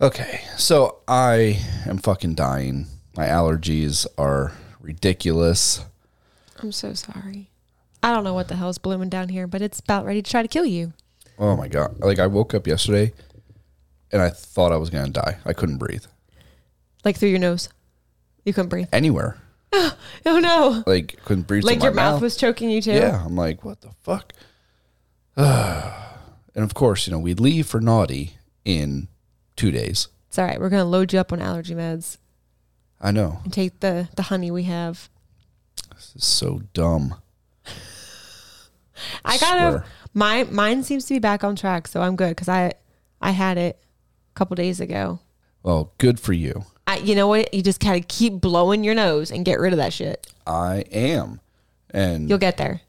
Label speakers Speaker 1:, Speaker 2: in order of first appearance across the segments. Speaker 1: Okay, so I am fucking dying. My allergies are ridiculous.
Speaker 2: I'm so sorry. I don't know what the hell's blooming down here, but it's about ready to try to kill you.
Speaker 1: Oh my god! Like I woke up yesterday, and I thought I was gonna die. I couldn't breathe
Speaker 2: Like through your nose. You couldn't breathe.
Speaker 1: anywhere.
Speaker 2: Oh no.
Speaker 1: Like couldn't breathe.
Speaker 2: Like
Speaker 1: through
Speaker 2: your
Speaker 1: my
Speaker 2: mouth was choking you too.
Speaker 1: Yeah, I'm like, what the fuck? and of course, you know, we leave for naughty in two days.
Speaker 2: It's all right. We're gonna load you up on allergy meds
Speaker 1: I know.
Speaker 2: and take the the honey we have.
Speaker 1: This is so dumb.
Speaker 2: I gotta
Speaker 1: Swear.
Speaker 2: my mine seems to be back on track, so I'm good because I I had it a couple days ago.
Speaker 1: Well, good for you.
Speaker 2: I, you know what? You just gotta keep blowing your nose and get rid of that shit.
Speaker 1: I am. And
Speaker 2: You'll get there.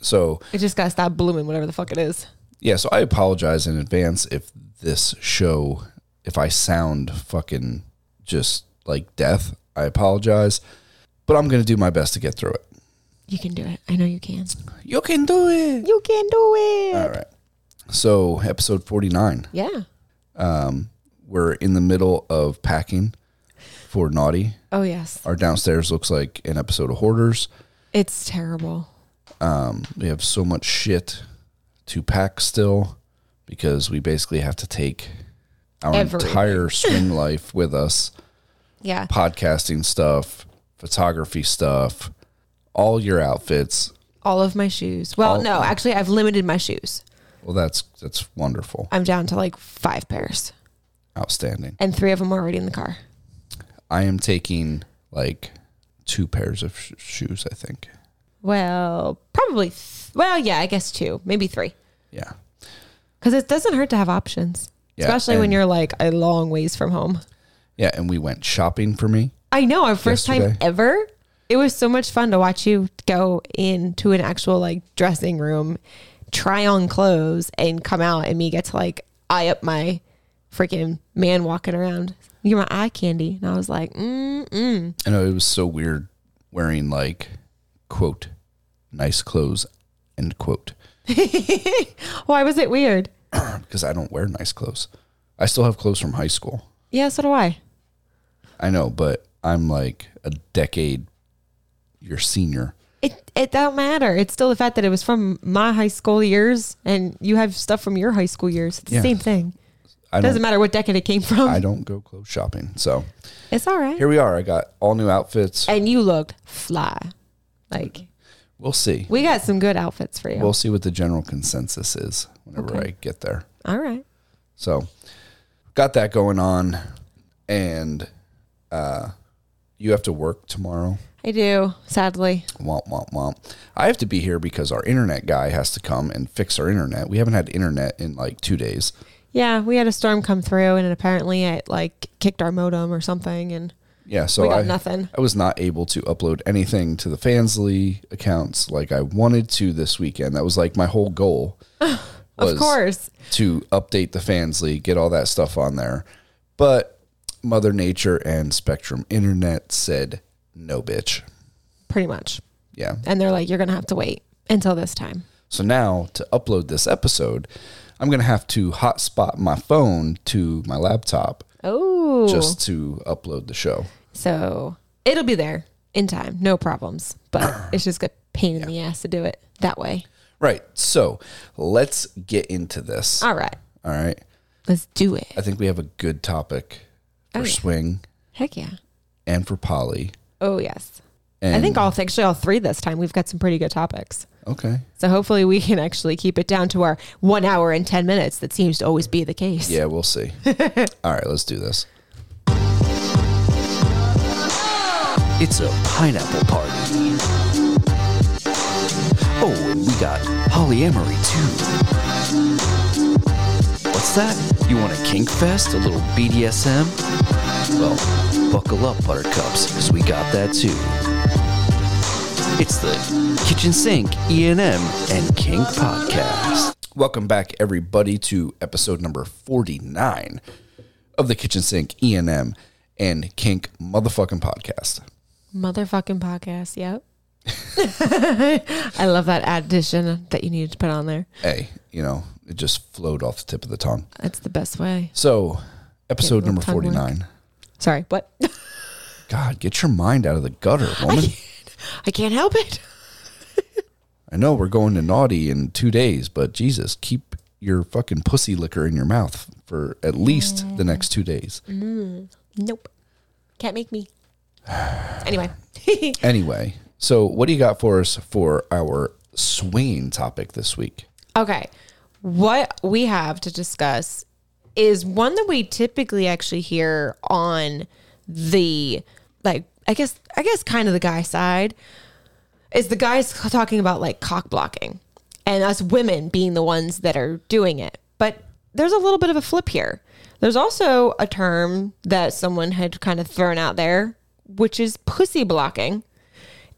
Speaker 1: so,
Speaker 2: It just gotta stop blooming, whatever the fuck it is.
Speaker 1: yeah, so I apologize in advance if this show, if I sound fucking just like death, I apologize. But I'm going to do my best to get through it.
Speaker 2: You can do it. I know you can.
Speaker 1: You can do it.
Speaker 2: You can do it.
Speaker 1: All right. So, episode 49.
Speaker 2: Yeah.
Speaker 1: um, we're in the middle of packing for Naughty.
Speaker 2: Oh yes.
Speaker 1: Our downstairs looks like an episode of Hoarders.
Speaker 2: It's terrible.
Speaker 1: Um, we have so much shit to pack still because we basically have to take our
Speaker 2: Everything.
Speaker 1: entire swing life with us
Speaker 2: Yeah.
Speaker 1: podcasting stuff, photography stuff, all your outfits.
Speaker 2: All of my shoes. Well,
Speaker 1: All-
Speaker 2: no, actually I've limited my shoes.
Speaker 1: Well, that's that's wonderful,
Speaker 2: I'm down to like five pairs.
Speaker 1: outstanding.
Speaker 2: And three of them are already in the car.
Speaker 1: I am taking like two pairs of sh- shoes, I think.
Speaker 2: Well, probably th- well, yeah, I guess two, maybe three.
Speaker 1: Yeah,
Speaker 2: Because it doesn't hurt to have options.
Speaker 1: Yeah,
Speaker 2: Especially when
Speaker 1: and-
Speaker 2: you're like a long ways from home.
Speaker 1: yeah. And we went shopping for me.
Speaker 2: I know, our first time
Speaker 1: Yesterday.
Speaker 2: ever. It was so much fun to watch you go into an actual like dressing room, try on clothes, and come out, and me get to like eye up my freaking man walking around. You're my eye candy. And I was like, mm mm.
Speaker 1: I know it was so weird wearing like quote nice clothes end quote
Speaker 2: Why was it weird?
Speaker 1: because I don't wear nice clothes. I still have clothes from high school.
Speaker 2: Yeah, so do I.
Speaker 1: I know, but I'm like a decade your senior.
Speaker 2: It it don't matter. It's still the fact that it was from my high school years, and you have stuff from your high school years. It's the
Speaker 1: Yeah.
Speaker 2: same thing.
Speaker 1: I
Speaker 2: It doesn't
Speaker 1: don't
Speaker 2: matter what decade it came from.
Speaker 1: I don't go clothes shopping. So
Speaker 2: it's all right.
Speaker 1: here we are. I got all new outfits.
Speaker 2: And you looked fly. Like
Speaker 1: We'll see.
Speaker 2: we got some good outfits for you.
Speaker 1: We'll see what the general consensus is whenever I get there.
Speaker 2: all right.
Speaker 1: So got that going on and uh you have to work tomorrow.
Speaker 2: I do, sadly.
Speaker 1: Womp womp womp. I have to be here because our internet guy has to come and fix our internet. We haven't had internet in like two days.
Speaker 2: Yeah, we had a storm come through and apparently it like kicked our modem or something and
Speaker 1: Yeah, so
Speaker 2: we got
Speaker 1: I
Speaker 2: nothing.
Speaker 1: I was not able to upload anything to the Fansly accounts like I wanted to this weekend. That was like my whole goal. was
Speaker 2: Of course.
Speaker 1: To update the Fansly, get all that stuff on there. But Mother Nature and Spectrum Internet said no bitch.
Speaker 2: Pretty much.
Speaker 1: Yeah.
Speaker 2: And they're like, You're gonna have to wait until this time.
Speaker 1: So now to upload this episode, I'm going to have to hotspot my phone to my laptop
Speaker 2: Oh
Speaker 1: just to upload the show.
Speaker 2: so it'll be there in time, no problems. But it's just a pain in the ass to do it that way.
Speaker 1: Right. So let's get into this.
Speaker 2: All right.
Speaker 1: All right.
Speaker 2: Let's do it.
Speaker 1: I think we have a good topic for
Speaker 2: Okay.
Speaker 1: swing
Speaker 2: Heck yeah.
Speaker 1: and for poly.
Speaker 2: Oh yes.
Speaker 1: And
Speaker 2: I think all actually all three this time we've got some pretty good topics.
Speaker 1: okay.
Speaker 2: So hopefully we can actually keep it down to our one hour and ten minutes that seems to always be the case.
Speaker 1: Yeah, we'll see. all right, let's do this.
Speaker 3: It's a pineapple party. Oh, and we got polyamory too. What's that? You want a kink fest? A little BDSM? Well, buckle up, buttercups, because we got that too. It's the Kitchen Sink, E&M, and Kink Podcast.
Speaker 1: Welcome back, everybody, to episode number 49 of the Kitchen Sink E E&M and Kink motherfucking podcast.
Speaker 2: Motherfucking podcast. Yep. I love that addition that you needed to put on there.
Speaker 1: Hey, you know, it just flowed off the tip of the tongue.
Speaker 2: That's the best way.
Speaker 1: So, episode
Speaker 2: Get a little
Speaker 1: number
Speaker 2: tongue work.
Speaker 1: 49.
Speaker 2: Sorry, what?
Speaker 1: God, get your mind out of the gutter, woman.
Speaker 2: I can't help it.
Speaker 1: I know we're going to naughty in two days, but Jesus, keep your fucking pussy liquor in your mouth for at least the next two days.
Speaker 2: Nope. Can't make me. Anyway.
Speaker 1: Anyway, so what do you got for us for our swinging topic this week?
Speaker 2: okay. What we have to discuss is one that we typically actually hear on the like I guess I guess kind of the guy side is the guys talking about like cock blocking and us women being the ones that are doing it. But there's a little bit of a flip here. There's also a term that someone had kind of thrown out there, which is pussy blocking.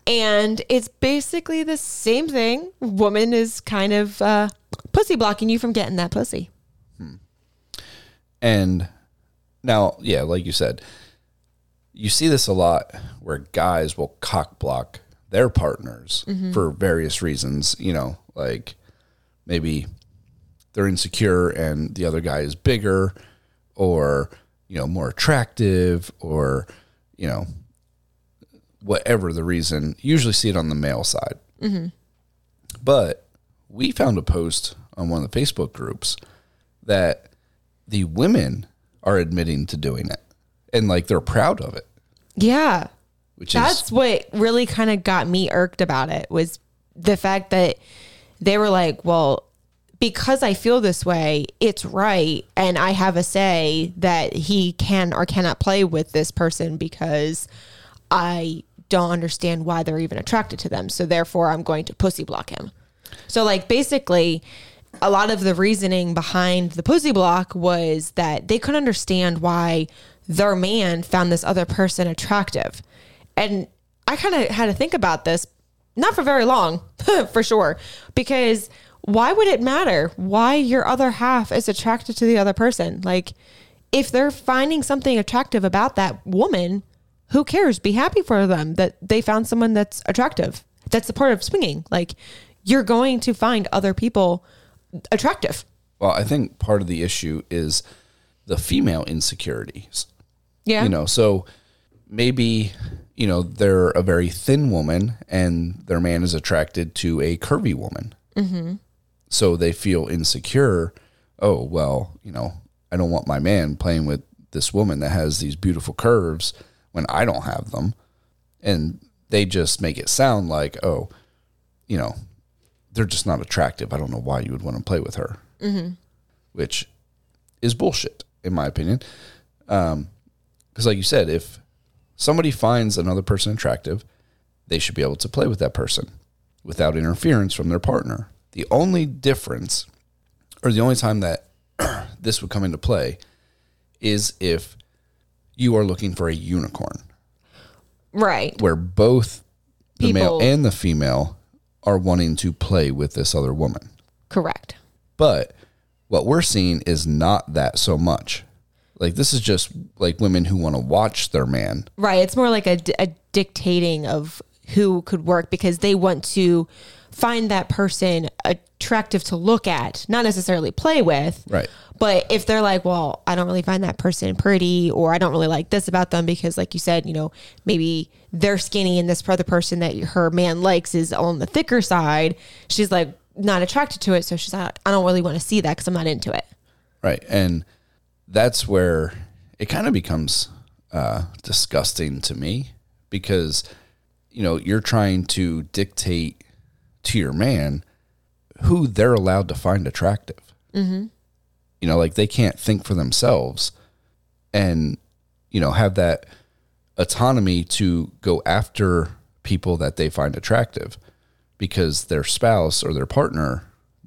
Speaker 2: And it's basically the same thing. Woman is kind of uh, pussy blocking you from getting that pussy.
Speaker 1: And now, yeah, like you said, you see this a lot where guys will cock block their partners for various reasons, you know, like maybe they're insecure and the other guy is bigger or, you know, more attractive or, you know, whatever the reason. You usually see it on the male side. But we found a post on one of the Facebook groups that the women are admitting to doing it and like they're proud of it
Speaker 2: Yeah.
Speaker 1: which is
Speaker 2: That's what really kind of got me irked about it was the fact that they were like, well, because I feel this way, it's right. And I have a say that he can or cannot play with this person because I don't understand why they're even attracted to them. So therefore, I'm going to pussy block him. So, like, basically, a lot of the reasoning behind the pussy block was that they couldn't understand why their man found this other person attractive. And I kind of had to think about this, not for very long, for sure, because why would it matter why your other half is attracted to the other person? Like, if they're finding something attractive about that woman, who cares? Be happy for them that they found someone that's attractive. That's the part of swinging. Like you're going to find other people attractive.
Speaker 1: well i think part of the issue is the female insecurities
Speaker 2: Yeah.
Speaker 1: you know so maybe you know they're a very thin woman and their man is attracted to a curvy woman mm-hmm. so they feel insecure oh well you know i don't want my man playing with this woman that has these beautiful curves when i don't have them and they just make it sound like oh you know they're just not attractive i don't know why you would want to play with her mm-hmm. which is bullshit in my opinion because like you said if somebody finds another person attractive they should be able to play with that person without interference from their partner the only difference or the only time that this would come into play is if you are looking for a unicorn
Speaker 2: Right.
Speaker 1: where both the male
Speaker 2: People-
Speaker 1: and the female are wanting to play with this other woman
Speaker 2: Correct.
Speaker 1: but what we're seeing is not that so much like this is just like women who want to watch their man
Speaker 2: Right. It's more like a, a dictating of who could work because they want to find that person attractive to look at, not necessarily play with.
Speaker 1: Right.
Speaker 2: But if they're like, well, I don't really find that person pretty, or I don't really like this about them because, like you said, you know, maybe they're skinny and this other person that her man likes is on the thicker side, she's like not attracted to it. So she's like, I don't really want to see that because I'm not into it.
Speaker 1: Right. And that's where it kind of becomes uh, disgusting to me because, you know, you're trying to dictate to your man who they're allowed to find attractive. Mm-hmm. You know, like they can't think for themselves and, you know, have that autonomy to go after people that they find attractive because their spouse or their partner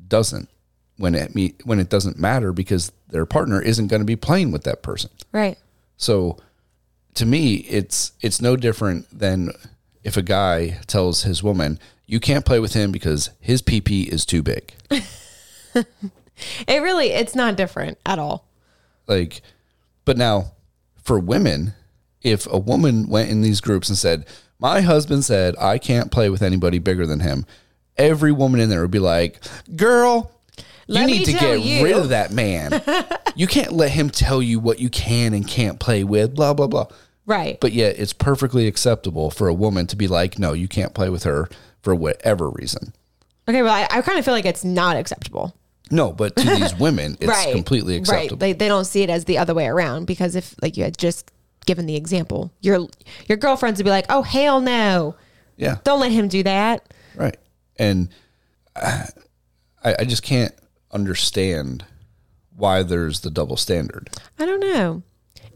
Speaker 1: doesn't when it me when it doesn't matter because their partner isn't going to be playing with that person.
Speaker 2: Right.
Speaker 1: So to me it's it's no different than if a guy tells his woman you can't play with him because his PP is too big.
Speaker 2: It really, it's not different at all.
Speaker 1: Like but now for women if a woman went in these groups and said My husband said, I can't play with anybody bigger than him. Every woman in there would be like, Girl,
Speaker 2: Let
Speaker 1: you
Speaker 2: me
Speaker 1: need to
Speaker 2: tell
Speaker 1: get
Speaker 2: you."
Speaker 1: rid of that man. you can't let him tell you what you can and can't play with, blah, blah, blah.
Speaker 2: Right.
Speaker 1: But yet it's perfectly acceptable for a woman to be like, No, you can't play with her for whatever reason.
Speaker 2: okay, well, I, I kind of feel like it's not acceptable.
Speaker 1: No, but to these women, it's
Speaker 2: right.
Speaker 1: completely acceptable.
Speaker 2: Right. They, they don't see it as the other way around because if like you had just given the example, your your girlfriends would be like, "Oh hell no.
Speaker 1: yeah.
Speaker 2: Don't let him do that."
Speaker 1: Right. And uh, I, I just can't understand why there's the double standard.
Speaker 2: I don't know.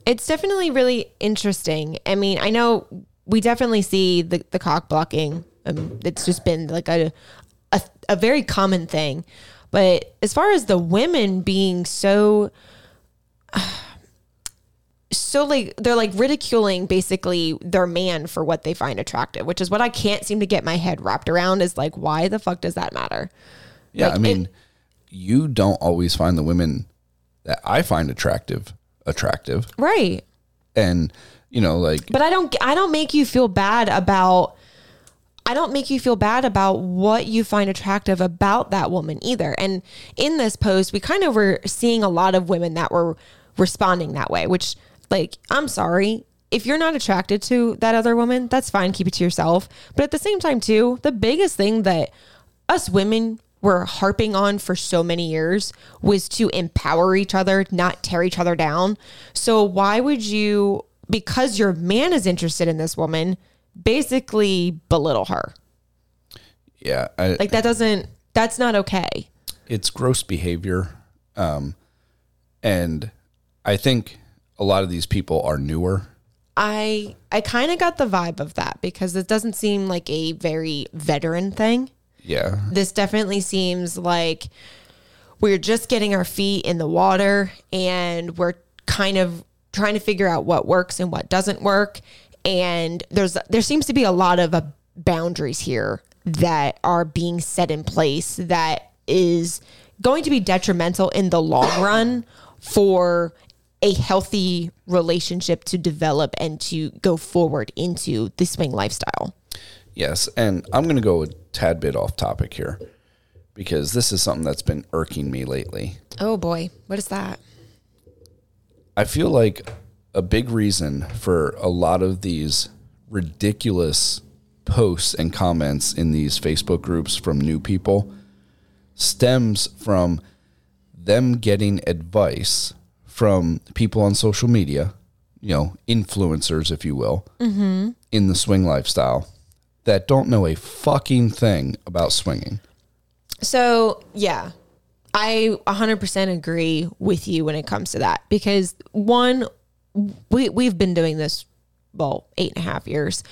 Speaker 2: It's definitely really interesting. I mean, I know we definitely see the, the cock blocking. Um, it's just been like a, a a very common thing. But as far as the women being so so like they're like ridiculing basically their man for what they find attractive, which is what I can't seem to get my head wrapped around is like why the fuck does that matter?
Speaker 1: Yeah.
Speaker 2: Like,
Speaker 1: I mean, you don't always find the women that I find attractive attractive.
Speaker 2: Right.
Speaker 1: And, you know, like,
Speaker 2: But I don't I don't make you feel bad about I don't make you feel bad about what you find attractive about that woman either. And in this post, we kind of were seeing a lot of women that were responding that way, which like I'm sorry, if you're not attracted to that other woman, that's fine, keep it to yourself. But at the same time too, the biggest thing that us women were harping on for so many years was to empower each other, not tear each other down. So why would you because your man is interested in this woman, basically belittle her?
Speaker 1: yeah, I,
Speaker 2: Like that doesn't that's not okay.
Speaker 1: it's gross behavior. Um, and I think a lot of these people are newer.
Speaker 2: I I kind of got the vibe of that because it doesn't seem like a very veteran thing.
Speaker 1: Yeah.
Speaker 2: This definitely seems like we're just getting our feet in the water and we're kind of trying to figure out what works and what doesn't work and there's there seems to be a lot of uh, boundaries here that are being set in place that is going to be detrimental in the long run for a healthy relationship to develop and to go forward into the swing lifestyle.
Speaker 1: Yes, and I'm going to go a tad bit off topic here because this is something that's been irking me lately.
Speaker 2: Oh boy, what is that?
Speaker 1: I feel like a big reason for a lot of these ridiculous posts and comments in these Facebook groups from new people stems from them getting advice from people on social media, you know, influencers, if you will, in the swing lifestyle that don't know a fucking thing about swinging.
Speaker 2: So, yeah, I 100% agree with you when it comes to that because one, we, we've been doing this, well, eight and a half years.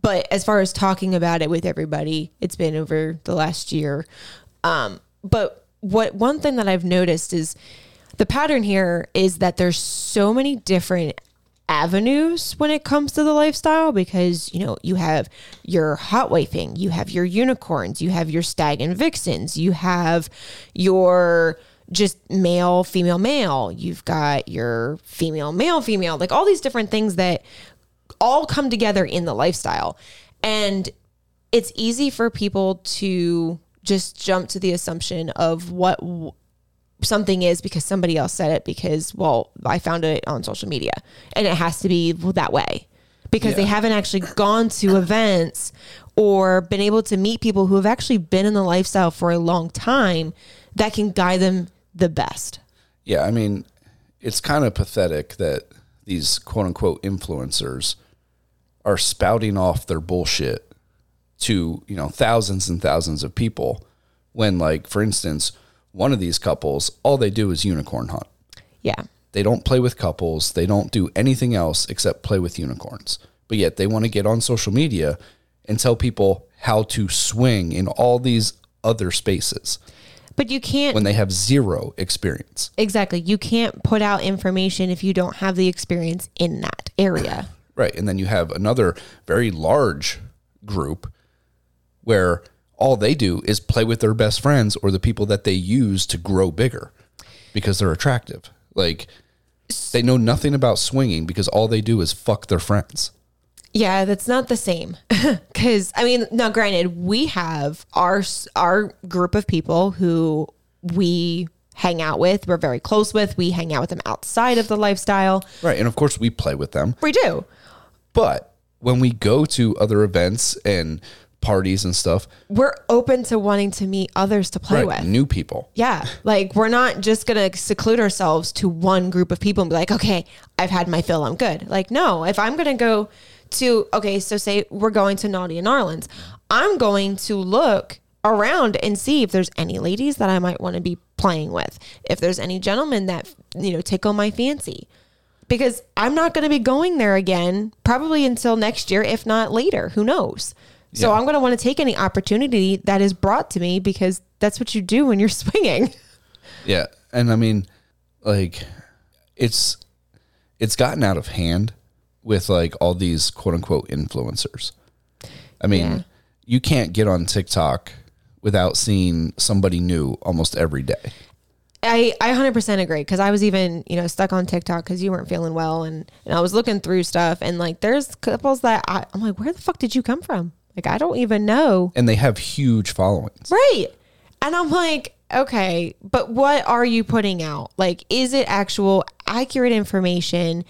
Speaker 2: But as far as talking about it with everybody, it's been over the last year. Um, but what one thing that I've noticed is the pattern here is that there's so many different avenues when it comes to the lifestyle because you know you have your hot wifing, you have your unicorns, you have your stag and vixens, you have your just male female male, you've got your female male female, like all these different things that all come together in the lifestyle. And it's easy for people to just jump to the assumption of what w- something is because somebody else said it because well I found it on social media and it has to be that way because they haven't actually gone to events or been able to meet people who have actually been in the lifestyle for a long time that can guide them the best.
Speaker 1: Yeah, I mean, it's kind of pathetic that these quote unquote influencers are spouting off their bullshit to, you know, thousands and thousands of people when like for instance, one of these couples, all they do is unicorn hunt.
Speaker 2: Yeah.
Speaker 1: They don't play with couples, they don't do anything else except play with unicorns. But yet they want to get on social media and tell people how to swing in all these other spaces
Speaker 2: But you can't
Speaker 1: when they have zero experience.
Speaker 2: exactly you can't put out information if you don't have the experience in that area.
Speaker 1: Right. And then you have another very large group where all they do is play with their best friends or the people that they use to grow bigger because they're attractive. Like they know nothing about swinging because all they do is fuck their friends.
Speaker 2: Yeah, that's not the same. Cuz I mean, now granted, we have our s- our group of people who we hang out with, we're very close with, we hang out with them outside of the lifestyle.
Speaker 1: Right. And of course, we play with them.
Speaker 2: We do.
Speaker 1: But when we go to other events and parties and stuff,
Speaker 2: We're open to wanting to meet others to play
Speaker 1: right,
Speaker 2: with.
Speaker 1: new people.
Speaker 2: Yeah. Like we're not just going to seclude ourselves to one group of people and be like, okay, I've had my fill. I'm good. Like, no, if I'm going to go to, okay, so say we're going to Naughty and Arlen's, I'm going to look around and see if there's any ladies that I might want to be playing with, if there's any gentlemen that, you know, tickle my fancy. Because I'm not going to be going there again probably until next year, if not later. Who knows? So
Speaker 1: Yeah.
Speaker 2: I'm going to want to take any opportunity that is brought to me because that's what you do when you're swinging.
Speaker 1: Yeah. And I mean, like it's it's gotten out of hand with like all these quote unquote influencers. I mean,
Speaker 2: Yeah.
Speaker 1: you can't get on TikTok without seeing somebody new almost every day.
Speaker 2: I, I 100% agree because I was even, you know, stuck on TikTok because you weren't feeling well. And, and I was looking through stuff and like there's couples that I, I'm like, where the fuck did you come from? Like, I don't even know.
Speaker 1: And they have huge followings.
Speaker 2: Right. And I'm like, okay, but what are you putting out? Like, is it actual accurate information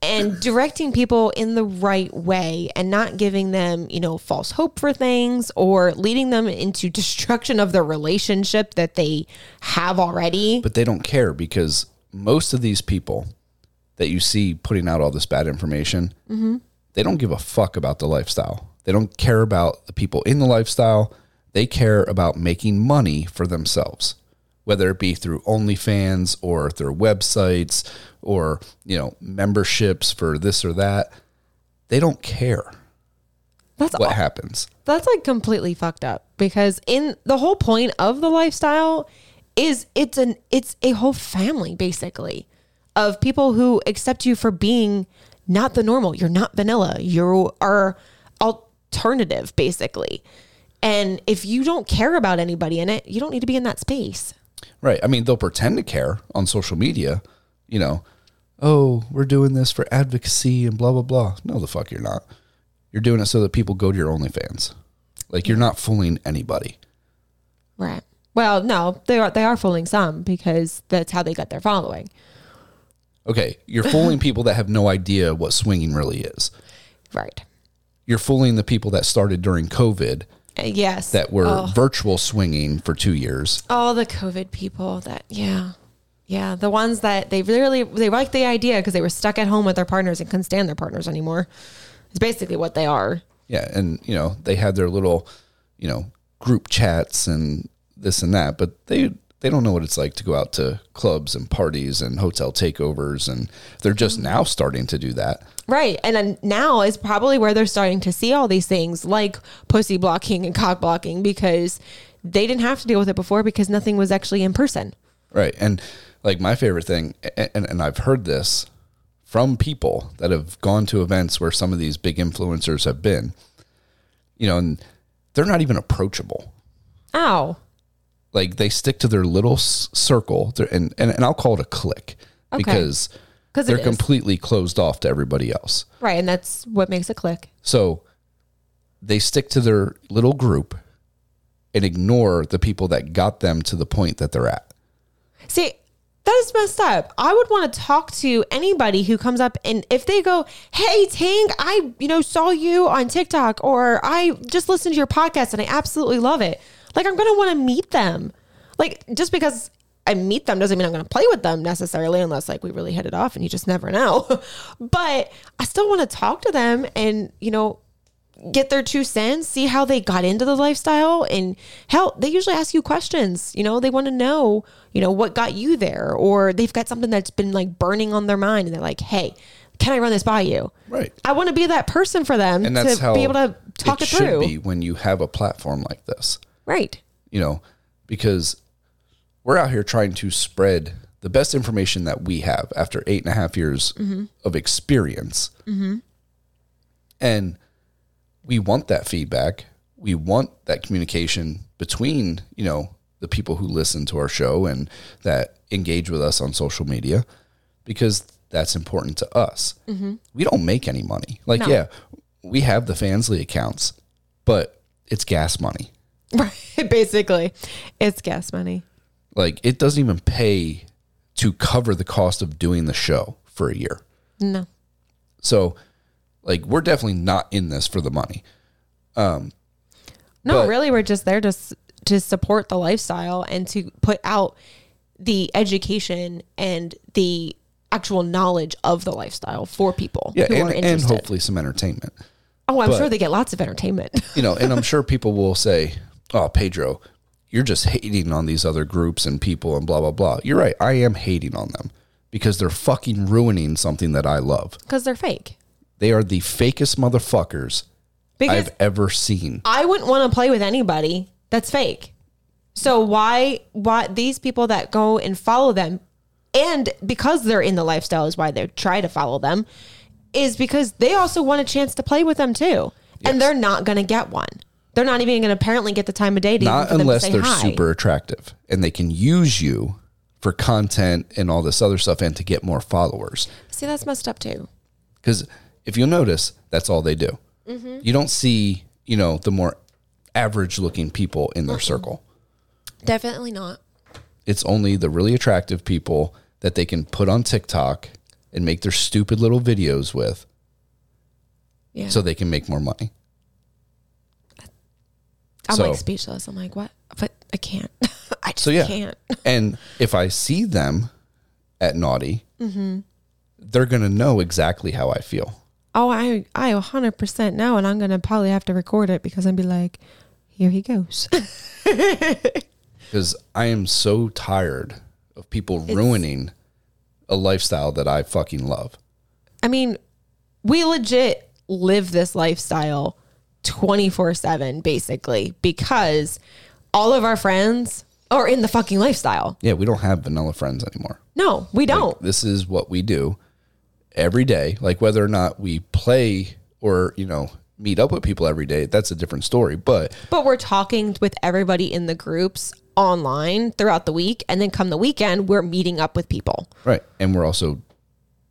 Speaker 2: and directing people in the right way and not giving them, you know, false hope for things or leading them into destruction of the relationship that they have already?
Speaker 1: But they don't care because most of these people that you see putting out all this bad information, they don't give a fuck about the lifestyle. They don't care about the people in the lifestyle. They care about making money for themselves, whether it be through OnlyFans or their websites or, you know, memberships for this or that. They don't care
Speaker 2: That's
Speaker 1: what happens.
Speaker 2: that's like completely fucked up because in the whole point of the lifestyle is it's an it's a whole family basically of people who accept you for being not the normal you're not vanilla you are alternative basically and if you don't care about anybody in it you don't need to be in that space
Speaker 1: Right. I mean, they'll pretend to care on social media, you know, oh, we're doing this for advocacy and blah, blah, blah. No, the fuck you're not. You're doing it so that people go to your OnlyFans. Like, you're not fooling anybody.
Speaker 2: right well no they are they are fooling some because that's how they got their following
Speaker 1: Okay. You're fooling people that have no idea what swinging really is.
Speaker 2: right
Speaker 1: You're fooling the people that started during COVID
Speaker 2: Uh, yes
Speaker 1: that were virtual swinging for two years.
Speaker 2: all the COVID people that, yeah, yeah, the ones that they really they liked the idea because they were stuck at home with their partners and couldn't stand their partners anymore. It's basically what they are.
Speaker 1: Yeah. And, you know, they had their little, you know, group chats and this and that, but they, they don't know what it's like to go out to clubs and parties and hotel takeovers. And they're just now starting to do that.
Speaker 2: Right. And then now is probably where they're starting to see all these things like pussy blocking and cock blocking because they didn't have to deal with it before because nothing was actually in person.
Speaker 1: Right. And like my favorite thing, a- and, and I've heard this from people that have gone to events where some of these big influencers have been, you know, and they're not even approachable.
Speaker 2: Ow.
Speaker 1: Like they stick to their little s- circle their- and, and, and I'll call it a clique
Speaker 2: Okay.
Speaker 1: because
Speaker 2: Because
Speaker 1: they're
Speaker 2: it is.
Speaker 1: completely closed off to everybody else.
Speaker 2: right. And that's what makes it click.
Speaker 1: So they stick to their little group and ignore the people that got them to the point that they're at.
Speaker 2: See, that is messed up. I would want to talk to anybody who comes up and if they go, "Hey Tank, I you know saw you on TikTok or I just listened to your podcast and I absolutely love it." Like I'm going to want to meet them. Like just because I meet them doesn't mean I'm going to play with them necessarily unless like we really hit it off and you just never know. but I still want to talk to them and, you know, get their two cents, see how they got into the lifestyle. And hell, they usually ask you questions. You know, they want to know, you know, what got you there, or they've got something that's been like burning on their mind. And they're like, hey, can I run this by you?
Speaker 1: Right.
Speaker 2: I want to be that person for them
Speaker 1: And that's
Speaker 2: to
Speaker 1: how
Speaker 2: be able to talk it, through.
Speaker 1: should be when you have a platform like this,
Speaker 2: Right.
Speaker 1: you know, because we're out here trying to spread the best information that we have after eight and a half years of experience. And we want that feedback. We want that communication between, you know, the people who listen to our show and that engage with us on social media because that's important to us. We don't make any money. Like, yeah, we have the Fansly accounts, but it's gas money.
Speaker 2: Right. Basically, it's gas money.
Speaker 1: Like it doesn't even pay to cover the cost of doing the show for a year.
Speaker 2: No.
Speaker 1: So like we're definitely not in this for the money.
Speaker 2: No,
Speaker 1: But-
Speaker 2: really, we're just there to s- to support the lifestyle and to put out the education and the actual knowledge of the lifestyle for people
Speaker 1: Yeah,
Speaker 2: who
Speaker 1: and,
Speaker 2: are
Speaker 1: and
Speaker 2: interested.
Speaker 1: hopefully some entertainment.
Speaker 2: oh, I'm
Speaker 1: but-
Speaker 2: sure they get lots of entertainment.
Speaker 1: You know, and I'm sure people will say, "Oh, Pedro, you're just hating on these other groups and people and blah blah blah." You're right. I am hating on them because they're fucking ruining something that I love.
Speaker 2: because they're fake.
Speaker 1: They are the fakest motherfuckers
Speaker 2: Because
Speaker 1: I've ever seen.
Speaker 2: I wouldn't want to play with anybody that's fake. So why why these people that go and follow them and because they're in the lifestyle is why they try to follow them is because they also want a chance to play with them too. And they're not going to get one. They're not even going to apparently get the time of day to even
Speaker 1: Not
Speaker 2: for them
Speaker 1: unless
Speaker 2: to say
Speaker 1: they're
Speaker 2: hi.
Speaker 1: super attractive and they can use you for content and all this other stuff and to get more followers.
Speaker 2: See, that's messed up too.
Speaker 1: Because if you'll notice, that's all they do.
Speaker 2: Mm-hmm.
Speaker 1: You don't see, you know, the more average looking people in their
Speaker 2: Mm-hmm.
Speaker 1: circle.
Speaker 2: Definitely not.
Speaker 1: It's only the really attractive people that they can put on TikTok and make their stupid little videos with
Speaker 2: Yeah.
Speaker 1: so they can make more money.
Speaker 2: I'm
Speaker 1: so-
Speaker 2: like speechless. I'm like, "What? But I can't. I just
Speaker 1: So yeah,
Speaker 2: can't."
Speaker 1: and if I see them at Naughty, they're gonna know exactly how I feel.
Speaker 2: Oh, I I 100% know, and I'm gonna probably have to record it because I'd be like, here he goes.
Speaker 1: because I am so tired of people ruining a lifestyle that I fucking love.
Speaker 2: I mean, we legit live this lifestyle 24 7, basically, because all of our friends are in the fucking lifestyle.
Speaker 1: Yeah, we don't have vanilla friends anymore.
Speaker 2: No, we don't.
Speaker 1: This is what we do every day. Like whether or not we play or you know meet up with people every day, that's a different story. But
Speaker 2: But we're talking with everybody in the groups online throughout the week. And then come the weekend, we're meeting up with people.
Speaker 1: right, and we're also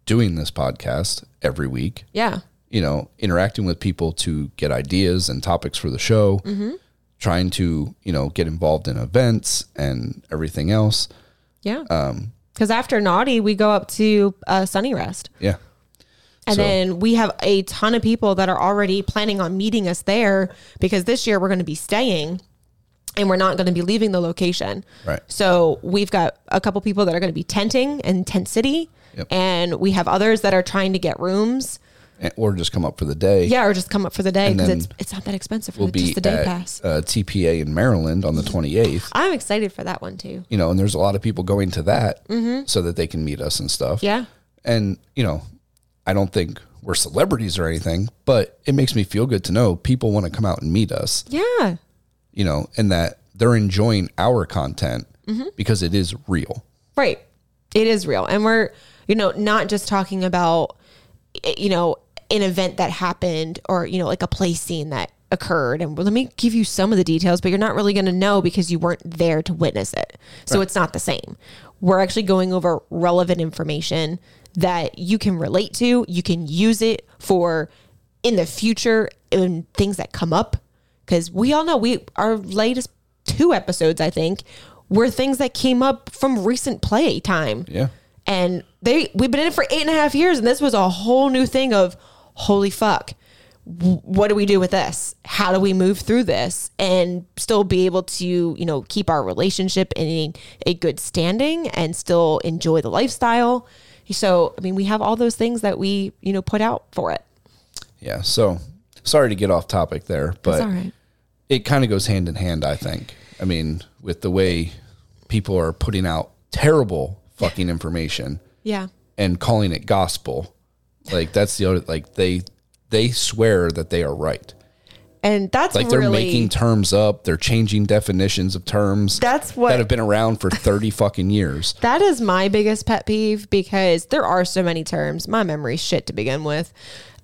Speaker 1: doing this podcast every week.
Speaker 2: Yeah.
Speaker 1: you know, interacting with people to get ideas and topics for the show,
Speaker 2: Mm-hmm.
Speaker 1: trying to, you know, get involved in events and everything else.
Speaker 2: Yeah. Because after Naughty, we go up to uh, Sunny Rest.
Speaker 1: Yeah.
Speaker 2: And
Speaker 1: So-
Speaker 2: then we have a ton of people that are already planning on meeting us there because this year we're going to be staying and we're not going to be leaving the location.
Speaker 1: Right.
Speaker 2: So we've got a couple people that are going to be tenting in Tent City.
Speaker 1: Yep.
Speaker 2: And we have others that are trying to get rooms.
Speaker 1: And- Or just come up for the day.
Speaker 2: Yeah, or just come up for the day
Speaker 1: And
Speaker 2: because
Speaker 1: then
Speaker 2: it's, it's not that expensive for
Speaker 1: We'll
Speaker 2: the,
Speaker 1: be
Speaker 2: just the day
Speaker 1: at
Speaker 2: pass. Mm-hmm.
Speaker 1: Uh, TPA in Maryland on the 28th,
Speaker 2: I'm excited for that one too.
Speaker 1: you know, and there's a lot of people going to that so that they can meet us and stuff.
Speaker 2: Mm-hmm. Yeah.
Speaker 1: And, you know, I don't think we're celebrities or anything, but it makes me feel good to know people want to come out and meet us.
Speaker 2: Yeah.
Speaker 1: you know, and that they're enjoying our content
Speaker 2: Mm-hmm.
Speaker 1: because it is real.
Speaker 2: Right. It is real. And we're, you know, not just talking about, eh, you know, an event that happened or, you know, like a play scene that occurred. And let me give you some of the details, but you're not really going to know because you weren't there to witness it. So it's not the same. We're actually going over relevant information that you can relate to, you can use it for in the future in things that come up because we all know we our latest two episodes i think were things that came up from recent play time
Speaker 1: Yeah.
Speaker 2: and they we've been in it for eight and a half years and this was a whole new thing of holy fuck w- what do we do with this how do we move through this and still be able to you know keep our relationship in a, a good standing and still enjoy the lifestyle so i mean we have all those things that we you know put out for it
Speaker 1: Yeah. So sorry to get off topic there,
Speaker 2: it's
Speaker 1: but
Speaker 2: all right
Speaker 1: it kind of goes hand in hand, I think. I mean, with the way people are putting out terrible fucking information
Speaker 2: yeah
Speaker 1: and calling it gospel, like that's the other, like they, they swear that they are right.
Speaker 2: and that's
Speaker 1: Like they're
Speaker 2: really
Speaker 1: making terms up, they're changing definitions of terms
Speaker 2: That's what-
Speaker 1: that have been around for 30 fucking years.
Speaker 2: that is my biggest pet peeve because there are so many terms. My memory's shit to begin with,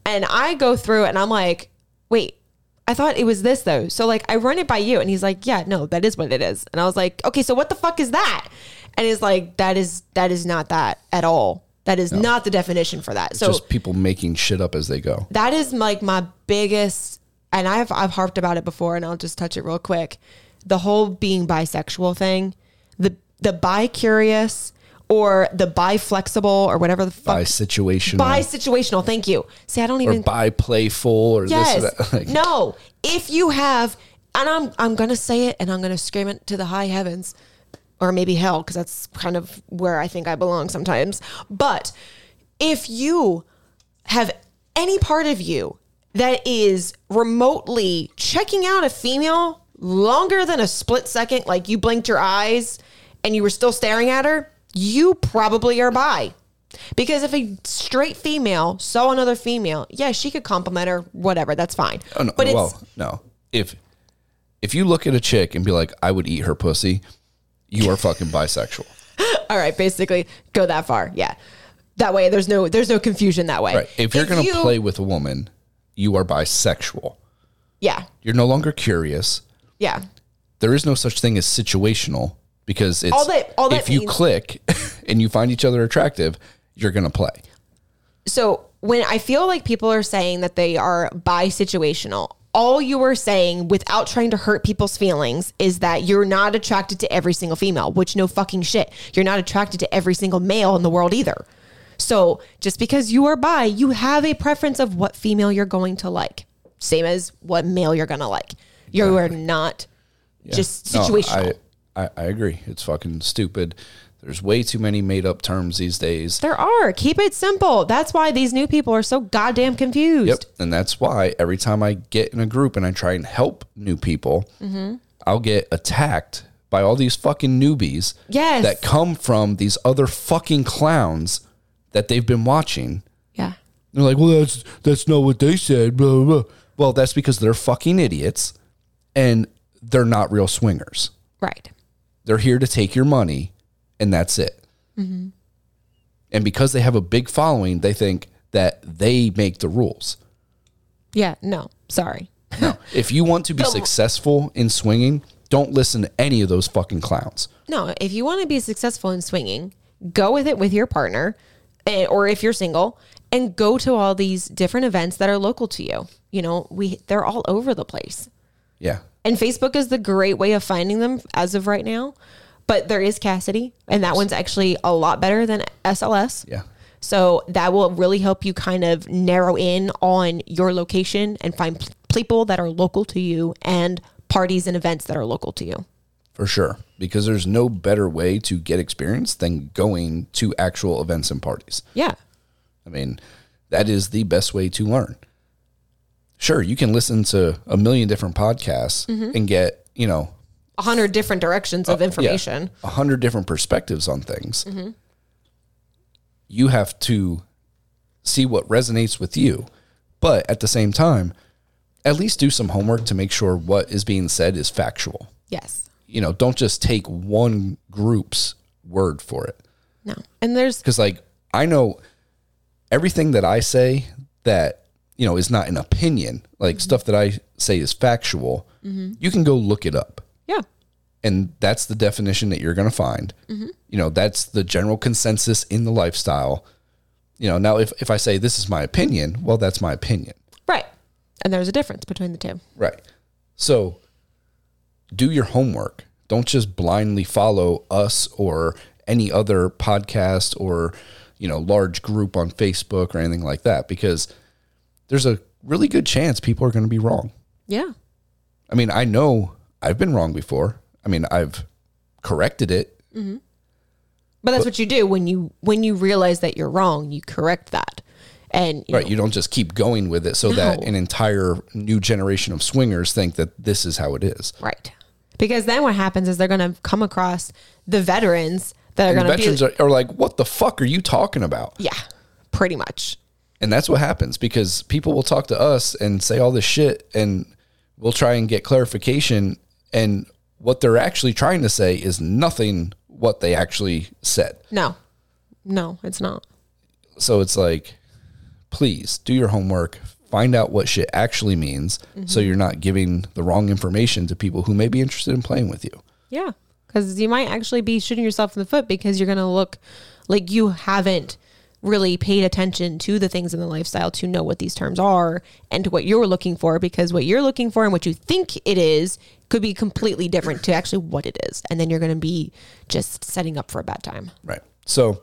Speaker 2: and I go through it and I'm like, wait. I thought it was this though. So like I run it by you and he's like, "Yeah, no, that is what it is." And I was like, "Okay, so what the fuck is that?" And he's like, "That is that is not that at all." That is not the definition for that. So
Speaker 1: Just people making shit up as they go.
Speaker 2: that is like my biggest and I've I've harped about it before and I'll just touch it real quick. The whole being bisexual thing, the the bi curious or the bi flexible or whatever the fuck
Speaker 1: By situational
Speaker 2: bi situational, thank you. See, I don't
Speaker 1: or
Speaker 2: even
Speaker 1: by playful or this or
Speaker 2: Yes.
Speaker 1: that. Like,
Speaker 2: no. If you have and I'm I'm gonna say it and I'm gonna scream it to the high heavens or maybe hell, because that's kind of where I think I belong sometimes. But if you have any part of you that is remotely checking out a female longer than a split second, like you blinked your eyes and you were still staring at her, you probably are bi. Because if a straight female saw another female, yeah, she could compliment her, whatever, that's fine.
Speaker 1: Oh, no,
Speaker 2: but it's
Speaker 1: well, no. If if you look at a chick and be like, I would eat her pussy, you are fucking bisexual.
Speaker 2: all right, basically go that far. Yeah. That way there's no there's no confusion that way.
Speaker 1: Right. If you're gonna
Speaker 2: you-
Speaker 1: play with a woman, you are bisexual.
Speaker 2: Yeah.
Speaker 1: You're no longer curious.
Speaker 2: Yeah.
Speaker 1: There is no such thing as situational because it's
Speaker 2: All that- all that
Speaker 1: if you
Speaker 2: means-
Speaker 1: click and you find each other attractive, you're gonna play.
Speaker 2: so when I feel like people are saying that they are bi situational, all you are saying without trying to hurt people's feelings is that you're not attracted to every single female, which no fucking shit. You're not attracted to every single male in the world either. So just because you are bi, you have a preference of what female you're going to like, same as what male you're going to like. You are not just
Speaker 1: No,
Speaker 2: situational.
Speaker 1: I, I, I agree. It's fucking stupid. There's way too many made up terms these days.
Speaker 2: there are. Keep it simple. That's why these new people are so goddamn confused.
Speaker 1: Yep. And that's why every time I get in a group and I try and help new people, I'll get attacked by all these fucking newbies
Speaker 2: Yes.
Speaker 1: that come from these other fucking clowns that they've been watching.
Speaker 2: Yeah.
Speaker 1: They're like, well, that's that's not what they said. Blah, blah. Well, that's because they're fucking idiots and they're not real swingers.
Speaker 2: Right.
Speaker 1: They're here to take your money and that's it. And because they have a big following, they think that they make the rules.
Speaker 2: Yeah. No. Sorry.
Speaker 1: No, if you want to be successful in swinging, don't listen to any of those fucking clowns.
Speaker 2: No, if you want to be successful in swinging, go with it with your partner, eh, or if you're single, and go to all these different events that are local to you. You know, we they're all over the place,
Speaker 1: Yeah.
Speaker 2: and Facebook is the great way of finding them as of right now. But there is Cassidy, and that one's actually a lot better than SLS.
Speaker 1: Yeah.
Speaker 2: So that will really help you kind of narrow in on your location and find p- people that are local to you and parties and events that are local to you.
Speaker 1: For sure. Because there's no better way to get experience than going to actual events and parties.
Speaker 2: Yeah.
Speaker 1: I mean, that is the best way to learn. Sure, you can listen to a million different podcasts and get, you know,
Speaker 2: a hundred different directions
Speaker 1: Oh,
Speaker 2: of information.
Speaker 1: a hundred different perspectives on things. You have to see what resonates with you, but at the same time, at least do some homework to make sure what is being said is factual.
Speaker 2: Yes.
Speaker 1: You know, don't just take one group's word for it.
Speaker 2: No. And there's
Speaker 1: Because, like, I know everything that I say that, you know, is not an opinion, like stuff that I say is factual, you can go look it up
Speaker 2: yeah.
Speaker 1: and that's the definition that you're going to find. You know, that's the general consensus in the lifestyle. You know, now if, if I say this is my opinion, well, that's my opinion.
Speaker 2: Right. And there's a difference between the two.
Speaker 1: Right. So do your homework. Don't just blindly follow us or any other podcast or, you know, large group on Facebook or anything like that because there's a really good chance people are going to be wrong.
Speaker 2: Yeah.
Speaker 1: I mean, I know I've been wrong before. I mean, I've corrected it
Speaker 2: But that's what you do when you when you realize that you're wrong, you correct that. And you
Speaker 1: Right.
Speaker 2: know,
Speaker 1: You don't just keep going with it so that
Speaker 2: No.
Speaker 1: an entire new generation of swingers think that this is how it is.
Speaker 2: right. Because then what happens is they're gonna come across the veterans that are
Speaker 1: And the
Speaker 2: gonna
Speaker 1: veterans
Speaker 2: be
Speaker 1: are, are like, what the fuck are you talking about?
Speaker 2: Yeah. Pretty much.
Speaker 1: And that's what happens because people will talk to us and say all this shit and we'll try and get clarification. And what they're actually trying to say is nothing what they actually said.
Speaker 2: No. No, it's not.
Speaker 1: So it's like, please do your homework, find out what shit actually means so
Speaker 2: Mm-hmm.
Speaker 1: you're not giving the wrong information to people who may be interested in playing with you.
Speaker 2: Yeah. Because you might actually be shooting yourself in the foot because you're going to look like you haven't really paid attention to the things in the lifestyle to know what these terms are and to what you're looking for because what you're looking for and what you think it is could be completely different to actually what it is. And then you're going to be just setting up for a bad time.
Speaker 1: Right. So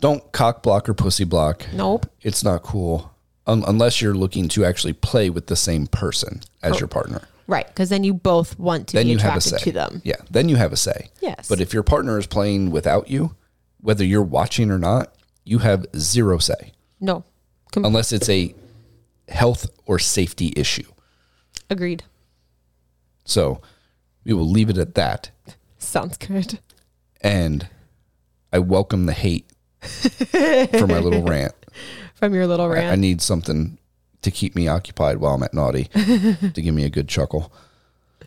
Speaker 1: don't cock block or pussy block.
Speaker 2: Nope.
Speaker 1: It's not cool un- unless you're looking to actually play with the same person as your partner.
Speaker 2: Right. Because then you both want to
Speaker 1: Then
Speaker 2: Oh, be
Speaker 1: you have a
Speaker 2: attracted
Speaker 1: say.
Speaker 2: to them.
Speaker 1: Yeah. Then you have a say.
Speaker 2: Yes.
Speaker 1: But if your partner is playing without you, whether you're watching or not, you have zero say
Speaker 2: No. Com-
Speaker 1: unless it's a health or safety issue.
Speaker 2: agreed.
Speaker 1: So we will leave it at that.
Speaker 2: Sounds good.
Speaker 1: And I welcome the hate for my little rant.
Speaker 2: From your little
Speaker 1: I,
Speaker 2: rant.
Speaker 1: I need something to keep me occupied while I'm at naughty to give me a good chuckle.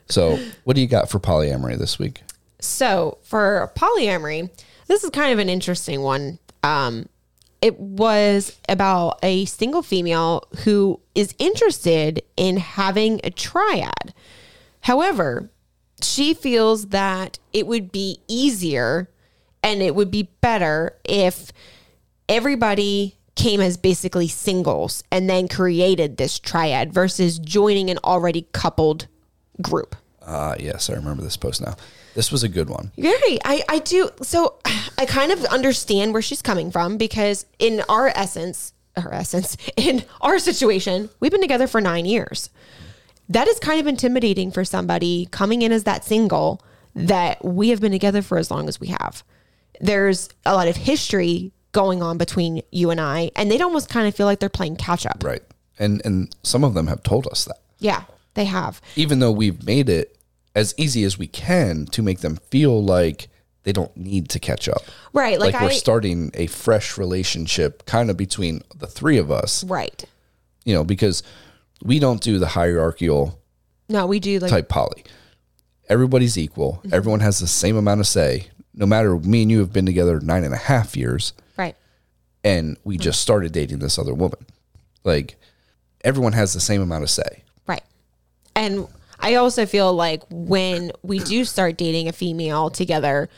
Speaker 1: So, what do you got for polyamory this week?
Speaker 2: So for polyamory, this is kind of an interesting one. Um, it was about a single female who is interested in having a triad. However, she feels that it would be easier and it would be better if everybody came as basically singles and then created this triad versus joining an already coupled group.
Speaker 1: Ah, yes, I remember this post now. This was a good one.
Speaker 2: Very. I, I do. So I kind of understand where she's coming from because in our essence, her essence, in our situation, we've been together for nine years. That is kind of intimidating for somebody coming in as that single that we have been together for as long as we have. There's a lot of history going on between you and I, and they'd almost kind of feel like they're playing catch up.
Speaker 1: Right. And and some of them have told us that.
Speaker 2: Yeah, they have.
Speaker 1: Even though we've made it as easy as we can to make them feel like they don't need to catch up.
Speaker 2: Right.
Speaker 1: Like,
Speaker 2: Like,
Speaker 1: we're
Speaker 2: I.
Speaker 1: starting a fresh relationship kind of between the three of us,
Speaker 2: right.
Speaker 1: you know, because we don't do the hierarchical
Speaker 2: No, we do like.
Speaker 1: type poly. Everybody's equal. Everyone has the same amount of say. No matter me and you have been together nine and a half years,
Speaker 2: Right.
Speaker 1: and we just started dating this other woman. Like everyone has the same amount of say.
Speaker 2: Right. And I also feel like when we do start dating a female together,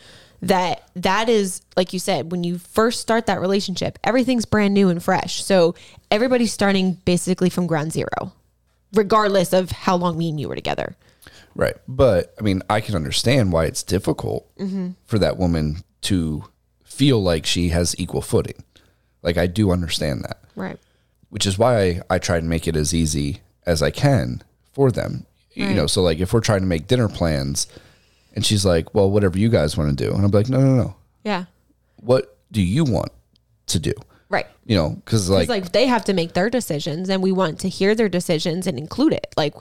Speaker 2: that that is like you said when you first start that relationship everything's brand new and fresh so everybody's starting basically from ground zero regardless of how long me and you were together
Speaker 1: Right. But I mean, I can understand why it's difficult for that woman to feel like she has equal footing. Like I do understand that.
Speaker 2: right
Speaker 1: which is why I, I try to make it as easy as I can for them. You know, so like if we're trying to make dinner plans and she's like, well, whatever you guys want to do. And I'm like, no, no, no.
Speaker 2: yeah
Speaker 1: What do you want to do?
Speaker 2: right
Speaker 1: You know, because like,
Speaker 2: it's like they have to make their decisions and we want to hear their decisions and include it like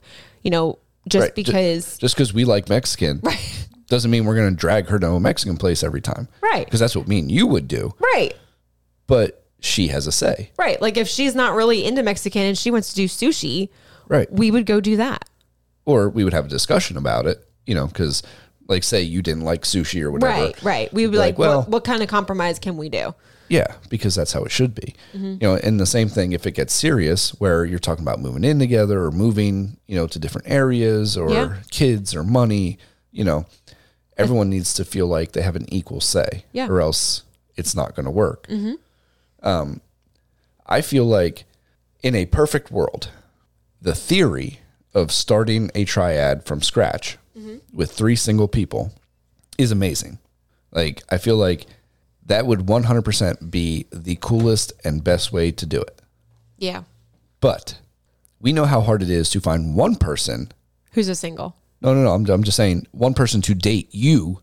Speaker 2: you know just
Speaker 1: Right, ju-
Speaker 2: because
Speaker 1: just because we like Mexican doesn't mean we're going to drag her to a Mexican place every time.
Speaker 2: Right.
Speaker 1: Because that's what me and you would do.
Speaker 2: right
Speaker 1: But she has a say.
Speaker 2: right like if she's not really into mexican and she wants to do sushi
Speaker 1: Right.
Speaker 2: we would go do that.
Speaker 1: Or we would have a discussion about it, you know, because like, say you didn't like sushi or whatever.
Speaker 2: Right, right. We would be
Speaker 1: Like,
Speaker 2: like,
Speaker 1: well-
Speaker 2: what, what kind of compromise can we do?
Speaker 1: Yeah, because that's how it should be. You know, and the same thing if it gets serious where you're talking about moving in together or moving, you know, to different areas or
Speaker 2: Yeah.
Speaker 1: kids or money, you know, everyone needs to feel like they have an equal say
Speaker 2: Yeah.
Speaker 1: or else it's not going to work. Um, I feel like in a perfect world, the theory of starting a triad from scratch with three single people is amazing. Like, I feel like that would 100% be the coolest and best way to do it.
Speaker 2: Yeah.
Speaker 1: But we know how hard it is to find one person.
Speaker 2: Who's a single?
Speaker 1: No, no, no. I'm, I'm just saying one person to date you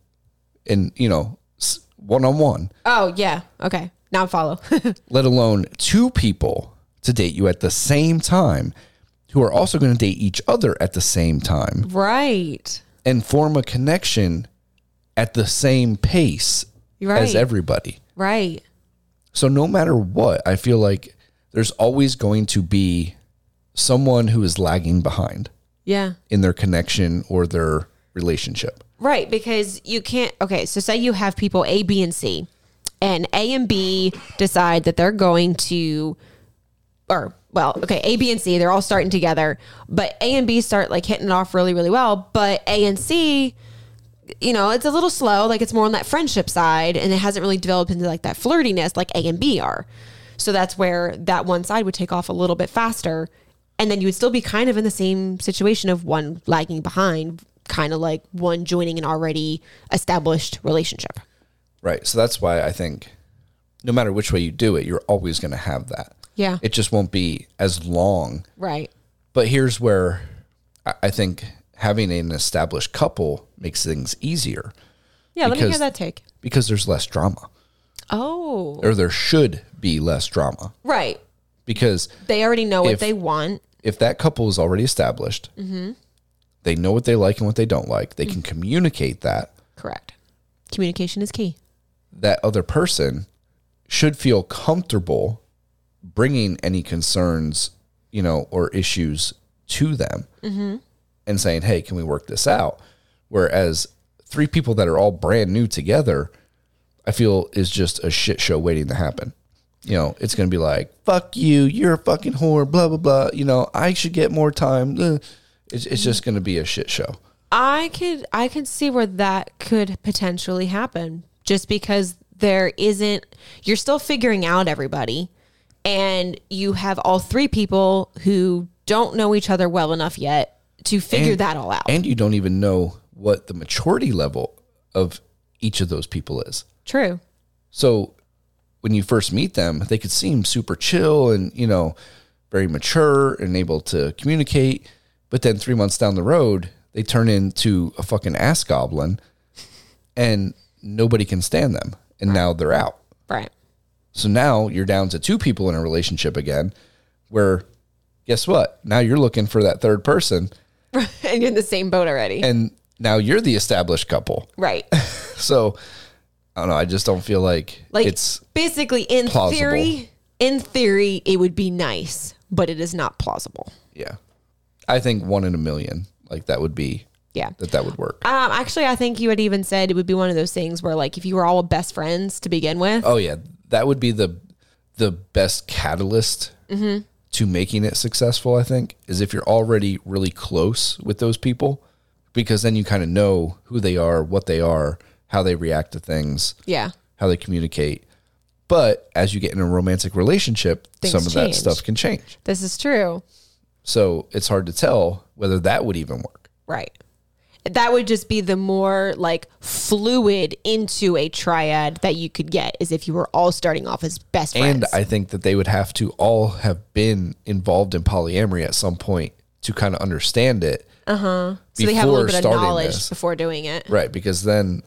Speaker 1: and, you know, one on one,
Speaker 2: Oh, yeah. Okay. Now I follow.
Speaker 1: let alone two people to date you at the same time who are also going to date each other at the same time.
Speaker 2: right.
Speaker 1: and form a connection at the same pace
Speaker 2: Right.
Speaker 1: as everybody.
Speaker 2: right.
Speaker 1: So no matter what, I feel like there's always going to be someone who is lagging behind
Speaker 2: Yeah.
Speaker 1: in their connection or their relationship.
Speaker 2: Right. Because you can't. Okay. So say you have people A, B, and C, and A and B decide that they're going to, or well, okay, A, B, and C, they're all starting together, but A and B start like hitting it off really, really well, but A and C you know, it's a little slow. Like it's more on that friendship side and it hasn't really developed into like that flirtiness like A and B are. So that's where that one side would take off a little bit faster. And then you would still be kind of in the same situation of one lagging behind, kind of like one joining an already established relationship.
Speaker 1: Right. So that's why I think no matter which way you do it, you're always going to have that.
Speaker 2: Yeah.
Speaker 1: It just won't be as long.
Speaker 2: Right.
Speaker 1: But here's where I I think having an established couple makes things easier
Speaker 2: Yeah. let me hear
Speaker 1: Because-
Speaker 2: that take.
Speaker 1: because there's less drama,
Speaker 2: Oh,
Speaker 1: or there should be less drama.
Speaker 2: right.
Speaker 1: Because
Speaker 2: They already know what
Speaker 1: If-
Speaker 2: they want.
Speaker 1: if that couple is already established, they know what they like and what they don't like, they can communicate that.
Speaker 2: Correct. Communication is key.
Speaker 1: That other person should feel comfortable bringing any concerns, you know, or issues to them and saying, hey, can we work this out? Whereas three people that are all brand new together, I feel is just a shit show waiting to happen. You know, it's going to be like, fuck you, you're a fucking whore, blah, blah, blah. You know, I should get more time. Ugh. It's, it's just going to be a shit show.
Speaker 2: I could I could see where that could potentially happen just because there isn't you're still figuring out everybody and you have all three people who don't know each other well enough yet to figure
Speaker 1: And-
Speaker 2: that all out.
Speaker 1: And you don't even know what the maturity level of each of those people is.
Speaker 2: True.
Speaker 1: So when you first meet them, they could seem super chill and, you know, very mature and able to communicate. But then three months down the road, they turn into a fucking ass goblin and nobody can stand them. And now they're out.
Speaker 2: Right.
Speaker 1: So now you're down to two people in a relationship again, where guess what? Now you're looking for that third person.
Speaker 2: and you're in the same boat already.
Speaker 1: And now you're the established couple.
Speaker 2: right.
Speaker 1: So I don't know. I just don't feel like,
Speaker 2: Like
Speaker 1: it's
Speaker 2: basically in
Speaker 1: plausible.
Speaker 2: theory in theory it would be nice, but it is not plausible.
Speaker 1: Yeah. I think one in a million, like that would be
Speaker 2: Yeah.
Speaker 1: that that would work.
Speaker 2: Um, actually, I think you had even said it would be one of those things where, like, if you were all best friends to begin with,
Speaker 1: Oh yeah, that would be the the best catalyst
Speaker 2: Mm-hmm.
Speaker 1: to making it successful, I think, is if you're already really close with those people because then you kind of know who they are, what they are, how they react to things,
Speaker 2: yeah,
Speaker 1: how they communicate. But as you get in a romantic relationship,
Speaker 2: Things
Speaker 1: some of that
Speaker 2: change.
Speaker 1: stuff can change.
Speaker 2: this is true,
Speaker 1: So it's hard to tell whether that would even work.
Speaker 2: right? That would just be the more like fluid into a triad that you could get is if you were all starting off as best
Speaker 1: And
Speaker 2: friends.
Speaker 1: I think that they would have to all have been involved in polyamory at some point to kind of understand it. Uh huh.
Speaker 2: Uh-huh. so they have a little bit of knowledge before doing it,
Speaker 1: Right. Because then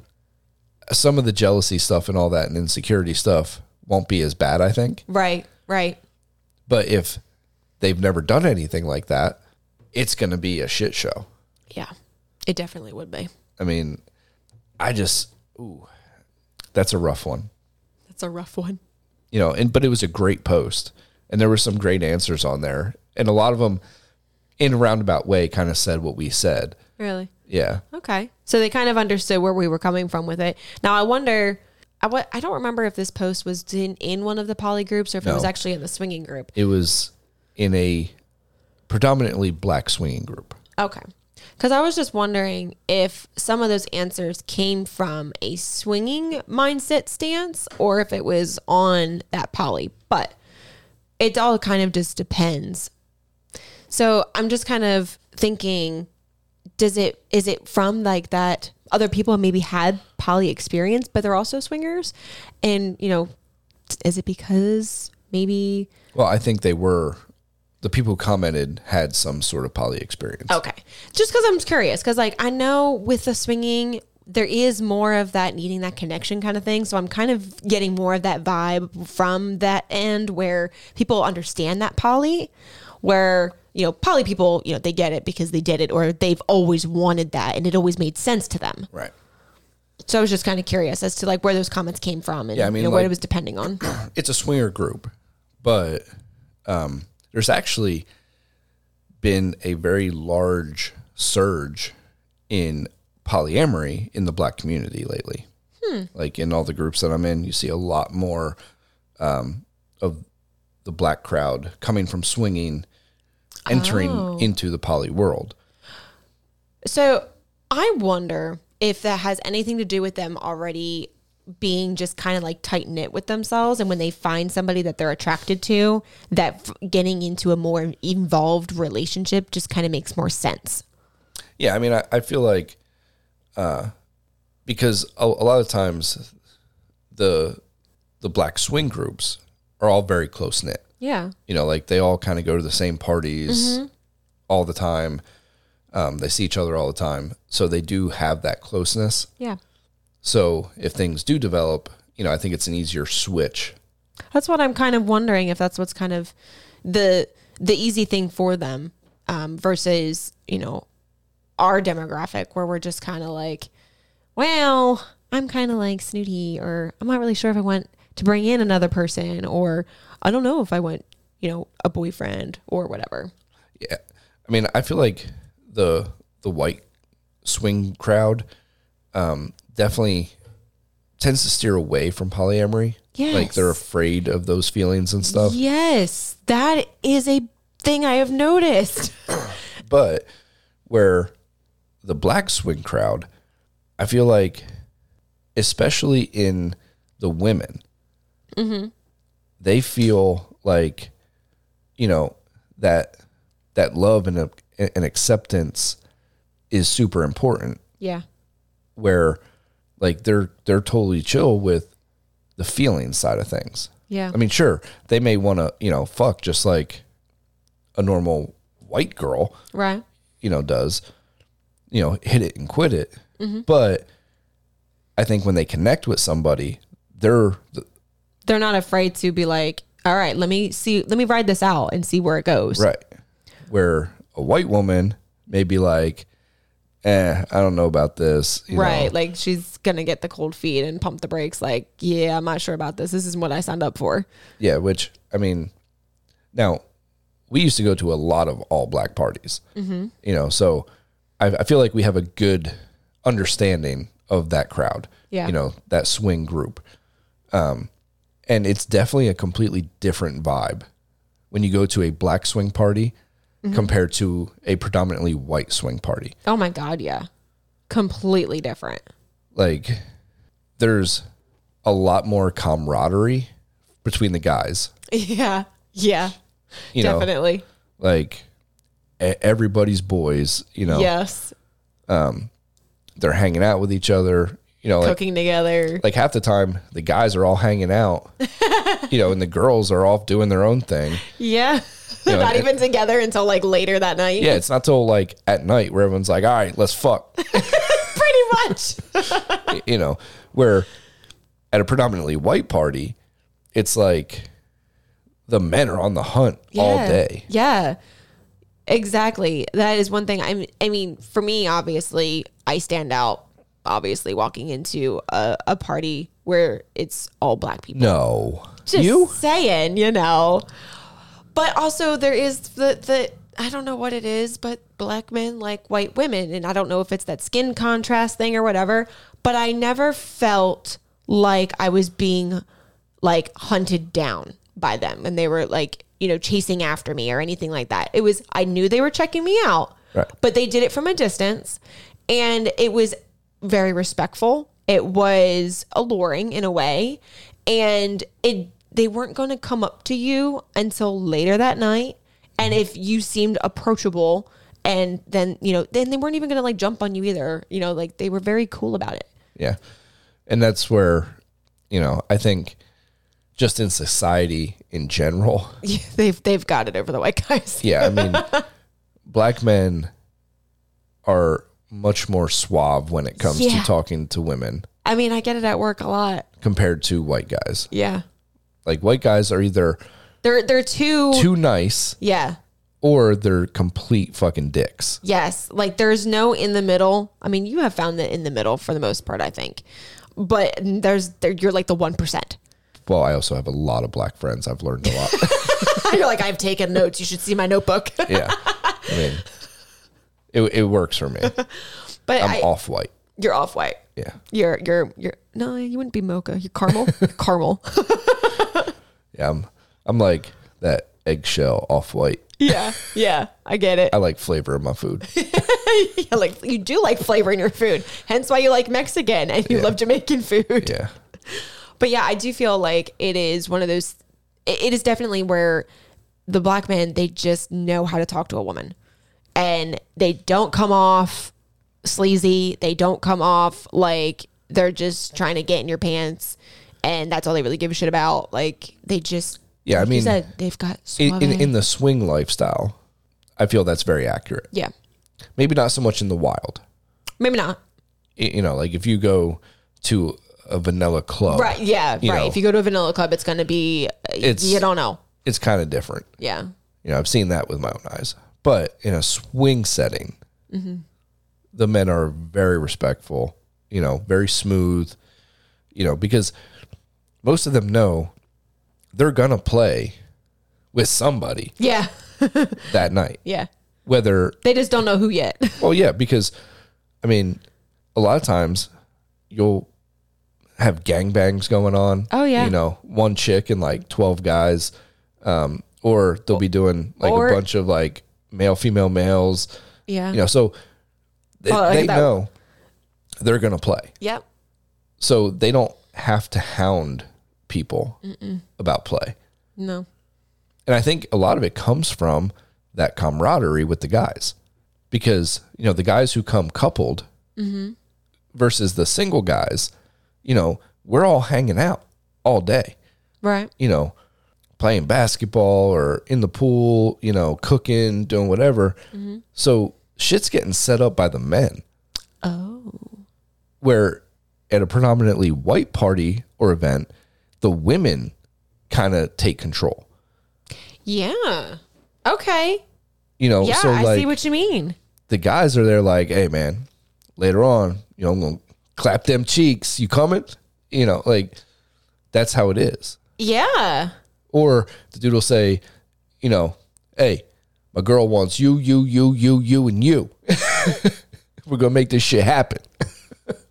Speaker 1: some of the jealousy stuff and all that and insecurity stuff won't be as bad, I think.
Speaker 2: right? Right.
Speaker 1: But if they've never done anything like that, it's going to be a shit show.
Speaker 2: Yeah, it definitely would be.
Speaker 1: I mean, I just, ooh, that's a rough one.
Speaker 2: That's a rough one.
Speaker 1: you know, and but it was a great post, and there were some great answers on there, and a lot of them, in a roundabout way, kind of said what we said.
Speaker 2: Really.
Speaker 1: Yeah,
Speaker 2: Okay. So they kind of understood where we were coming from with it. Now I wonder. I, wa- I don't remember if this post was in, in one of the poly groups or if it was
Speaker 1: No.
Speaker 2: actually in the swinging group.
Speaker 1: it was in a predominantly black swinging group.
Speaker 2: Okay. Because I was just wondering if some of those answers came from a swinging mindset stance or if it was on that poly, but it all kind of just depends. So I'm just kind of thinking does it is it from like that other people maybe had poly experience but they're also swingers and you know is it because maybe
Speaker 1: Well, I think they were the people who commented had some sort of poly experience.
Speaker 2: Okay. Just because I'm curious, because like I know with the swinging, there is more of that needing that connection kind of thing. So I'm kind of getting more of that vibe from that end where people understand that poly, where, you know, poly people, you know, they get it because they did it or they've always wanted that and it always made sense to them.
Speaker 1: Right.
Speaker 2: So I was just kind of curious as to like where those comments came from and
Speaker 1: Yeah, I mean,
Speaker 2: you know, what
Speaker 1: like-
Speaker 2: it was depending on.
Speaker 1: It's a swinger group, but um, there's actually been a very large surge in polyamory in the black community lately. Like in all the groups that I'm in, you see a lot more um, of the black crowd coming from swinging, entering into the poly world.
Speaker 2: So I wonder if that has anything to do with them already being just kind of like tight knit with themselves and when they find somebody that they're attracted to that f- getting into a more involved relationship just kind of makes more sense
Speaker 1: Yeah, I mean, I, I feel like uh, because a, a lot of times the the black swing groups are all very close knit.
Speaker 2: yeah
Speaker 1: You know, like they all kind of go to the same parties all the time. Um, they see each other all the time, so they do have that closeness.
Speaker 2: yeah
Speaker 1: So if things do develop, you know, I think it's an easier switch.
Speaker 2: That's what I'm kind of wondering if that's what's kind of the the easy thing for them um, versus you know our demographic where we're just kind of like, well, I'm kind of like snooty, or I'm not really sure if I want to bring in another person, or I don't know if I want you know a boyfriend or whatever.
Speaker 1: Yeah, I mean, I feel like the the white swing crowd um, definitely tends to steer away from polyamory. like they're
Speaker 2: Yes.
Speaker 1: afraid of those feelings and stuff.
Speaker 2: Yes, that is a thing I have noticed.
Speaker 1: But where the black swing crowd, I feel like, especially in the women, they feel like, you know, that that love and, and acceptance is super important.
Speaker 2: Yeah,
Speaker 1: Where, like, they're they're totally chill with the feeling side of things.
Speaker 2: yeah,
Speaker 1: I mean, sure, they may want to, you know, fuck just like a normal white girl,
Speaker 2: right.
Speaker 1: you know, does, you know, hit it and quit it. But I think when they connect with somebody, they're,
Speaker 2: They're not afraid to be like, all right, let me see, let me ride this out and see where it goes.
Speaker 1: right. Where a white woman may be like, eh, I don't know about this. you know.
Speaker 2: right. Like she's gonna get the cold feet and pump the brakes. Like, yeah, I'm not sure about this. This isn't what I signed up for.
Speaker 1: Yeah. Which, I mean, now we used to go to a lot of all black parties,
Speaker 2: Mm-hmm.
Speaker 1: you know, so I, I feel like we have a good understanding of that crowd,
Speaker 2: Yeah.
Speaker 1: you know, that swing group. Um, and it's definitely a completely different vibe when you go to a black swing party
Speaker 2: Mm-hmm.
Speaker 1: compared to a predominantly white swing party.
Speaker 2: Oh my god, yeah, completely different.
Speaker 1: Like, there's a lot more camaraderie between the guys,
Speaker 2: Yeah, yeah,
Speaker 1: you know.
Speaker 2: definitely.
Speaker 1: like e- everybody's boys you know
Speaker 2: Yes,
Speaker 1: they're hanging out with each other you know like,
Speaker 2: cooking together.
Speaker 1: like half the time the guys are all hanging out you know and the girls are off doing their own thing
Speaker 2: yeah,
Speaker 1: You know,
Speaker 2: not
Speaker 1: it-
Speaker 2: even together until like later that night.
Speaker 1: yeah it's not till like at night where everyone's like all right let's fuck
Speaker 2: pretty much.
Speaker 1: you know where at a predominantly white party it's like the men are on the hunt all
Speaker 2: Yeah.
Speaker 1: day
Speaker 2: Yeah. Exactly. That is one thing. I'm I mean, for me obviously, I stand out obviously walking into a, a party where it's all black people.
Speaker 1: no
Speaker 2: Just
Speaker 1: you
Speaker 2: saying, you know. But also there is the the I don't know what it is, but black men like white women and I don't know if it's that skin contrast thing or whatever, but I never felt like I was being like hunted down by them and they were like, you know, chasing after me or anything like that. It was I knew they were checking me out.
Speaker 1: Right.
Speaker 2: But they did it from a distance and it was very respectful. It was alluring in a way and it they weren't going to come up to you until later that night and if you seemed approachable and then you know then they weren't even going to like jump on you either you know like they were very cool about it
Speaker 1: Yeah. And that's where, you know, I think just in society in general.
Speaker 2: yeah, they've they've got it over the white guys
Speaker 1: Yeah. I mean, black men are much more suave when it comes
Speaker 2: Yeah.
Speaker 1: to talking to women
Speaker 2: i mean i get it at work a lot
Speaker 1: compared to white guys.
Speaker 2: yeah
Speaker 1: Like, white guys are either
Speaker 2: they're they're too,
Speaker 1: too nice
Speaker 2: yeah
Speaker 1: or they're complete fucking dicks.
Speaker 2: yes like there's no in the middle i mean you have found that in the middle for the most part i think but there's there you're like the 1%
Speaker 1: Well, I also have a lot of black friends. I've learned a lot.
Speaker 2: you're like i've taken notes you should see my notebook
Speaker 1: yeah. I mean, it, it works for me.
Speaker 2: but
Speaker 1: I'm
Speaker 2: I,
Speaker 1: off white.
Speaker 2: you're off white
Speaker 1: Yeah.
Speaker 2: You're you're you're no, you wouldn't be mocha. You're caramel. You're caramel.
Speaker 1: Yeah, I'm I'm like that eggshell off white.
Speaker 2: Yeah. Yeah. I get it.
Speaker 1: I like flavor in my food.
Speaker 2: Yeah, like you do like flavor in your food. Hence why you like Mexican and you love Jamaican food.
Speaker 1: Yeah.
Speaker 2: But yeah, I do feel like it is one of those it it is definitely where the black men they just know how to talk to a woman. And they don't come off sleazy. They don't come off like they're just trying to get in your pants and that's all they really give a shit about. Like they just
Speaker 1: Yeah, I
Speaker 2: like you
Speaker 1: mean-
Speaker 2: said, they've got
Speaker 1: In, in,
Speaker 2: suave-
Speaker 1: in the swing lifestyle, I feel that's very accurate.
Speaker 2: Yeah.
Speaker 1: Maybe not so much in the wild.
Speaker 2: Maybe not.
Speaker 1: Y- You know, like if you go to a vanilla club,
Speaker 2: Right. Yeah.
Speaker 1: Oh. You
Speaker 2: right.
Speaker 1: know.
Speaker 2: if you go to a vanilla club, it's going to be,
Speaker 1: It's-
Speaker 2: you don't know.
Speaker 1: it's kind of different.
Speaker 2: Yeah.
Speaker 1: You know, I've seen that with my own eyes. But in a swing setting, the men are very respectful, you know, very smooth, you know, because most of them know they're going to play with somebody
Speaker 2: Yeah.
Speaker 1: that night.
Speaker 2: Yeah.
Speaker 1: Whether,
Speaker 2: They just don't know who yet.
Speaker 1: well, yeah, because I mean, a lot of times you'll have gangbangs going on.
Speaker 2: Oh, yeah.
Speaker 1: You know, one chick and like 12 guys. Um, or they'll be doing like
Speaker 2: Or-
Speaker 1: a bunch of like male, female, males.
Speaker 2: Yeah.
Speaker 1: you know so they,
Speaker 2: Oh, I like
Speaker 1: they
Speaker 2: that.
Speaker 1: know they're going to play
Speaker 2: Yep.
Speaker 1: so they don't have to hound people about play
Speaker 2: No.
Speaker 1: and i think a lot of it comes from that camaraderie with the guys because you know the guys who come coupled
Speaker 2: Mm-hmm.
Speaker 1: versus the single guys you know we're all hanging out all day
Speaker 2: Right.
Speaker 1: you know, playing basketball or in the pool, you know, cooking, doing whatever.
Speaker 2: Mm-hmm.
Speaker 1: So shit's getting set up by the men.
Speaker 2: Oh.
Speaker 1: Where at a predominantly white party or event, the women kind of take control.
Speaker 2: Yeah. Okay.
Speaker 1: You know,
Speaker 2: Yeah.
Speaker 1: Oh, so
Speaker 2: I
Speaker 1: like
Speaker 2: see what you mean.
Speaker 1: the guys are there like, hey man, later on, you know, I'm gonna clap them cheeks. You coming? You know, like that's how it is.
Speaker 2: Yeah.
Speaker 1: Or the dude will say, you know, hey, my girl wants you, you, you, you, you, and you. We're gonna make this shit happen.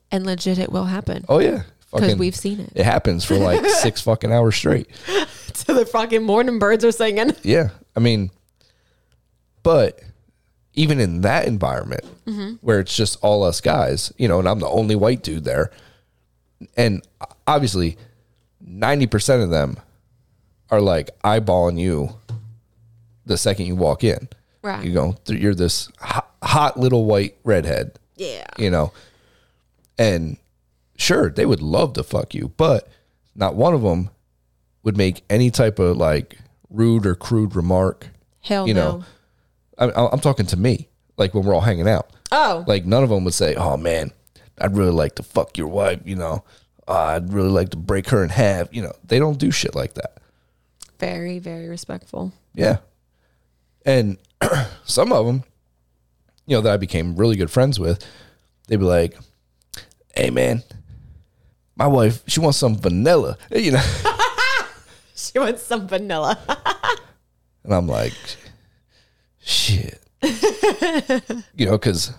Speaker 2: And legit, it will happen
Speaker 1: Oh yeah,
Speaker 2: because
Speaker 1: fucking.
Speaker 2: we've seen it.
Speaker 1: it happens for like six fucking hours straight.
Speaker 2: So the fucking morning birds are singing.
Speaker 1: Yeah, I mean, but even in that environment where it's just all us guys, you know, and I'm the only white dude there, and obviously, ninety percent of them are like eyeballing you the second you walk in.
Speaker 2: Right.
Speaker 1: You go, "Th- you're this hot, hot little white redhead,
Speaker 2: Yeah.
Speaker 1: you know, and sure they would love to fuck you, but not one of them would make any type of like rude or crude remark.
Speaker 2: Hell
Speaker 1: You
Speaker 2: no.
Speaker 1: know, I'm, I'm talking to me, like when we're all hanging out.
Speaker 2: Oh.
Speaker 1: Like none of them would say, "Oh man, I'd really like to fuck your wife," you know. "Uh, I'd really like to break her in half. You know, they don't do shit like that.
Speaker 2: very, very respectful.
Speaker 1: Yeah. And some of them, you know, that I became really good friends with, they'd be like, hey, man, my wife, she wants some vanilla, you know?
Speaker 2: She wants some vanilla.
Speaker 1: And I'm like, shit. you know, because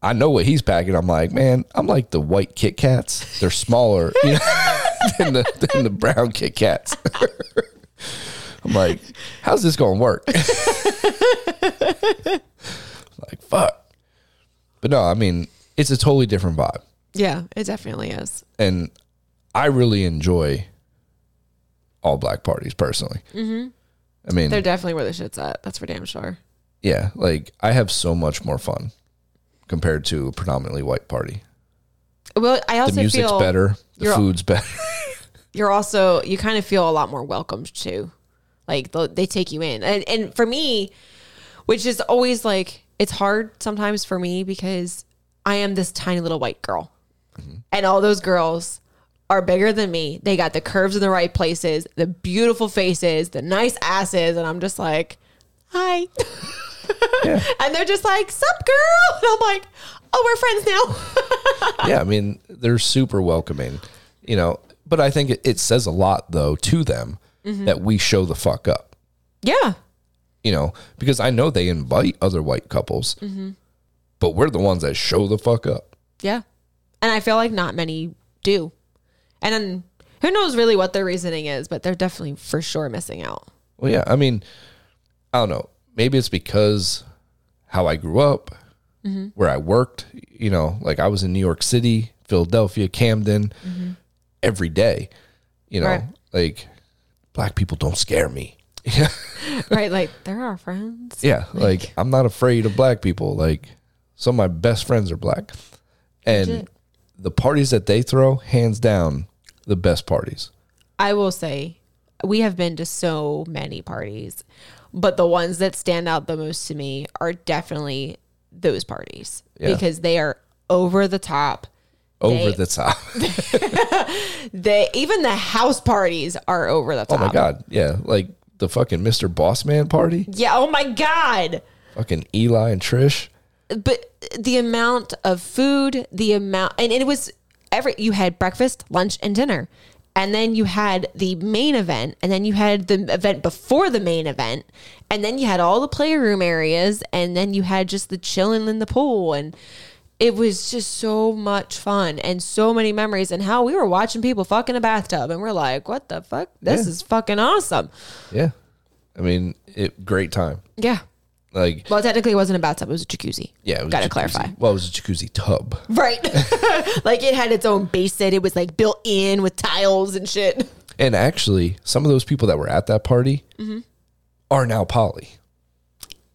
Speaker 1: I know what he's packing. I'm like, man, I'm like the white Kit Kats. They're smaller you know, than, the, than the brown Kit Kats. I'm like, how's this going to work? like, fuck. But no, I mean, it's a totally different vibe.
Speaker 2: yeah, it definitely is.
Speaker 1: And I really enjoy all black parties personally. Mm-hmm. I mean,
Speaker 2: They're definitely where the shit's at. That's for damn sure.
Speaker 1: yeah, like I have so much more fun compared to a predominantly white party.
Speaker 2: Well, I
Speaker 1: The
Speaker 2: also
Speaker 1: music's
Speaker 2: feel
Speaker 1: better, the
Speaker 2: you're-
Speaker 1: food's better.
Speaker 2: you're also you kind of feel a lot more welcomed too like they'll- they take you in and, and for me which is always like it's hard sometimes for me because i am this tiny little white girl and all those girls are bigger than me they got the curves in the right places the beautiful faces the nice asses and i'm just like hi
Speaker 1: Yeah.
Speaker 2: and they're just like sup girl and i'm like oh we're friends now
Speaker 1: yeah, I mean, they're super welcoming, you know. But I think it, it says a lot though to them
Speaker 2: Mm-hmm.
Speaker 1: that we show the fuck up,
Speaker 2: yeah
Speaker 1: you know, because I know they invite other white couples,
Speaker 2: Mm-hmm.
Speaker 1: but we're the ones that show the fuck up.
Speaker 2: Yeah. And I feel like not many do. And then who knows really what their reasoning is, but they're definitely for sure missing out.
Speaker 1: Well, yeah. I mean, I don't know. Maybe it's because how I grew up,
Speaker 2: Mm-hmm.
Speaker 1: where I worked, you know, like I was in New York City, Philadelphia, Camden every day, you know,
Speaker 2: Mm-hmm. Right.
Speaker 1: like black people don't scare me.
Speaker 2: right? Like they're our friends.
Speaker 1: Yeah. Like I'm not afraid of black people. Like some of my best friends are black. And
Speaker 2: Legit.
Speaker 1: the parties that they throw, hands down, the best parties.
Speaker 2: I will say we have been to so many parties, but the ones that stand out the most to me are definitely those parties
Speaker 1: Yeah.
Speaker 2: because they are over the top.
Speaker 1: Over
Speaker 2: They-
Speaker 1: the top.
Speaker 2: They even the house parties are over the
Speaker 1: oh
Speaker 2: top.
Speaker 1: my God. Yeah. Like the fucking Mr. Bossman party.
Speaker 2: Yeah, oh my god.
Speaker 1: fucking Eli and Trish.
Speaker 2: but the amount of food, the amount, and it was every you had breakfast, lunch, and dinner, and then you had the main event, and then you had the event before the main event, and then you had all the playroom areas, and then you had just the chilling in the pool, and it was just so much fun and so many memories. And how we were watching people fuck in a bathtub, and we're like, "What the fuck? This
Speaker 1: Yeah.
Speaker 2: is fucking awesome!"
Speaker 1: Yeah. I mean, it great time.
Speaker 2: Yeah.
Speaker 1: Like
Speaker 2: Well, technically, it wasn't a bathtub; it was a jacuzzi.
Speaker 1: yeah, it was
Speaker 2: gotta
Speaker 1: a jacuzzi-
Speaker 2: clarify.
Speaker 1: Well, it was a jacuzzi tub.
Speaker 2: Right. like it had its own basin. It was like built in with tiles and shit.
Speaker 1: And actually, some of those people that were at that party
Speaker 2: Mm-hmm.
Speaker 1: are now poly.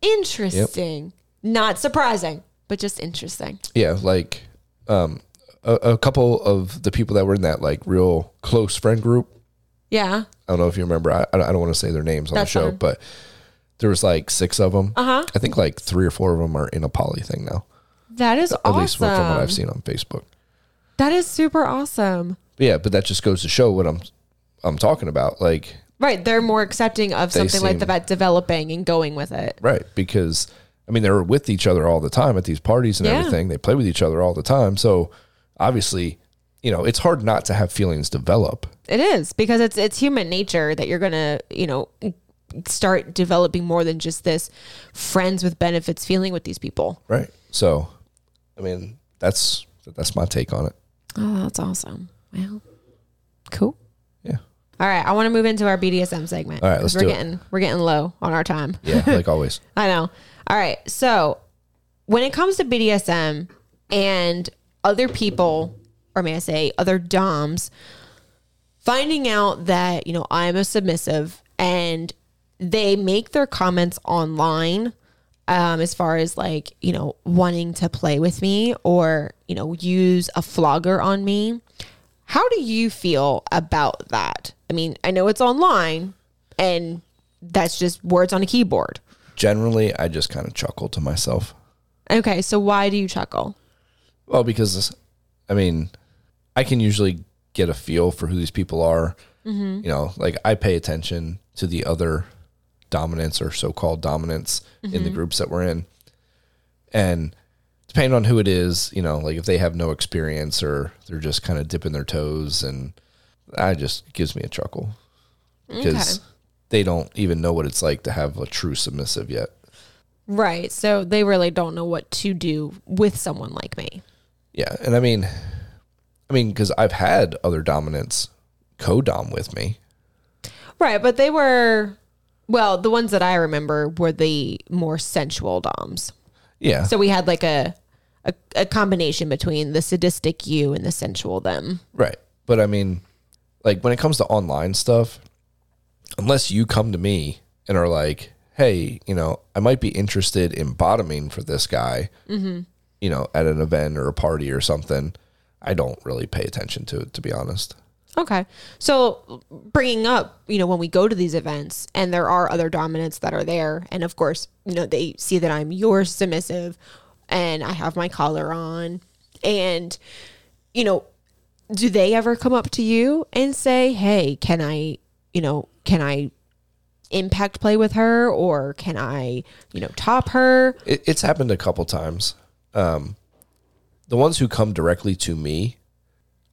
Speaker 2: Interesting. Not surprising, but just interesting.
Speaker 1: Yeah, like um a, a couple of the people that were in that like real close friend group.
Speaker 2: Yeah.
Speaker 1: I don't know if you remember. I, I don't want to say their names on
Speaker 2: That's
Speaker 1: the show,
Speaker 2: fine.
Speaker 1: but there was like six of them.
Speaker 2: Uh-huh.
Speaker 1: I think like three or four of them are in a poly thing now,
Speaker 2: That is
Speaker 1: at
Speaker 2: awesome.
Speaker 1: least from what I've seen on Facebook.
Speaker 2: That is super awesome.
Speaker 1: But yeah, but that just goes to show what I'm I'm talking about. Like
Speaker 2: Right. They're more accepting of
Speaker 1: They
Speaker 2: something like
Speaker 1: seem-
Speaker 2: that developing and going with it.
Speaker 1: Right. Because I mean, they were with each other all the time at these parties and
Speaker 2: Yeah.
Speaker 1: everything. They play with each other all the time. So obviously, you know, it's hard not to have feelings develop.
Speaker 2: It is because it's it's human nature that you're gonna, you know, start developing more than just this friends with benefits feeling with these people.
Speaker 1: Right. So, I mean, that's that's my take on it.
Speaker 2: Oh, that's awesome. Wow. Cool.
Speaker 1: Yeah.
Speaker 2: All right, I want to move into our BDSM segment.
Speaker 1: All right, let's
Speaker 2: 'cause we're
Speaker 1: do it.
Speaker 2: getting we're getting low on our time.
Speaker 1: Yeah. Like always.
Speaker 2: I know. All right, so when it comes to BDSM and other people, or may I say, other DOMs, finding out that you know I'm a submissive and they make their comments online um, as far as like you know wanting to play with me or you know use a flogger on me how do you feel about that i mean i know it's online and that's just words on a keyboard
Speaker 1: Generally, I just kind of chuckle to myself.
Speaker 2: okay so why do you chuckle
Speaker 1: Well, because I mean, I can usually get a feel for who these people are. You know, like I pay attention to the other dominance or so-called dominance in the groups that we're in, and depending on who it is, you know, like if they have no experience or they're just kind of dipping their toes, and I just it gives me a chuckle because
Speaker 2: Okay.
Speaker 1: they don't even know what it's like to have a true submissive yet.
Speaker 2: right so they really don't know what to do with someone like me
Speaker 1: Yeah, and I mean, I mean, because I've had other dominants co-dom with me.
Speaker 2: Right, but they were well, the ones that I remember were the more sensual DOMs.
Speaker 1: Yeah,
Speaker 2: So we had like a a, a combination between the sadistic you and the sensual them.
Speaker 1: right. But I mean, like when it comes to online stuff, unless you come to me and are like, "Hey, you know, I might be interested in bottoming for this guy," you know, at an event or a party or something, I don't really pay attention to it, to be honest.
Speaker 2: Okay. So bringing up, you know, when we go to these events and there are other dominants that are there and of course, you know, they see that I'm your submissive and I have my collar on and you know, do they ever come up to you and say, "Hey, can I, you know, can I impact play with her or can I, you know, top her?"
Speaker 1: It, it's happened a couple times. Um, the ones who come directly to me,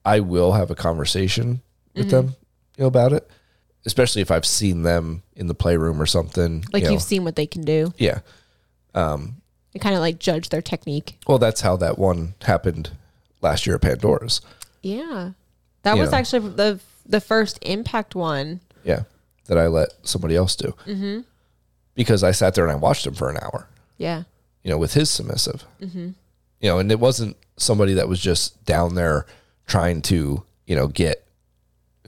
Speaker 1: I will have a conversation
Speaker 2: Mm-hmm.
Speaker 1: with them you know, about it, especially if I've seen them in the playroom or something.
Speaker 2: Like
Speaker 1: you know.
Speaker 2: you've seen what they can do.
Speaker 1: yeah.
Speaker 2: You kind of like judge their technique.
Speaker 1: Well, that's how that one happened last year at Pandora's.
Speaker 2: Yeah. That
Speaker 1: You
Speaker 2: was
Speaker 1: know.
Speaker 2: actually the the first impact one
Speaker 1: Yeah. that I let somebody else do. Mm-hmm. Because I sat there and I watched him for an hour,
Speaker 2: Yeah.
Speaker 1: you know, with his submissive.
Speaker 2: Mm-hmm.
Speaker 1: You know, and it wasn't somebody that was just down there trying to, you know, get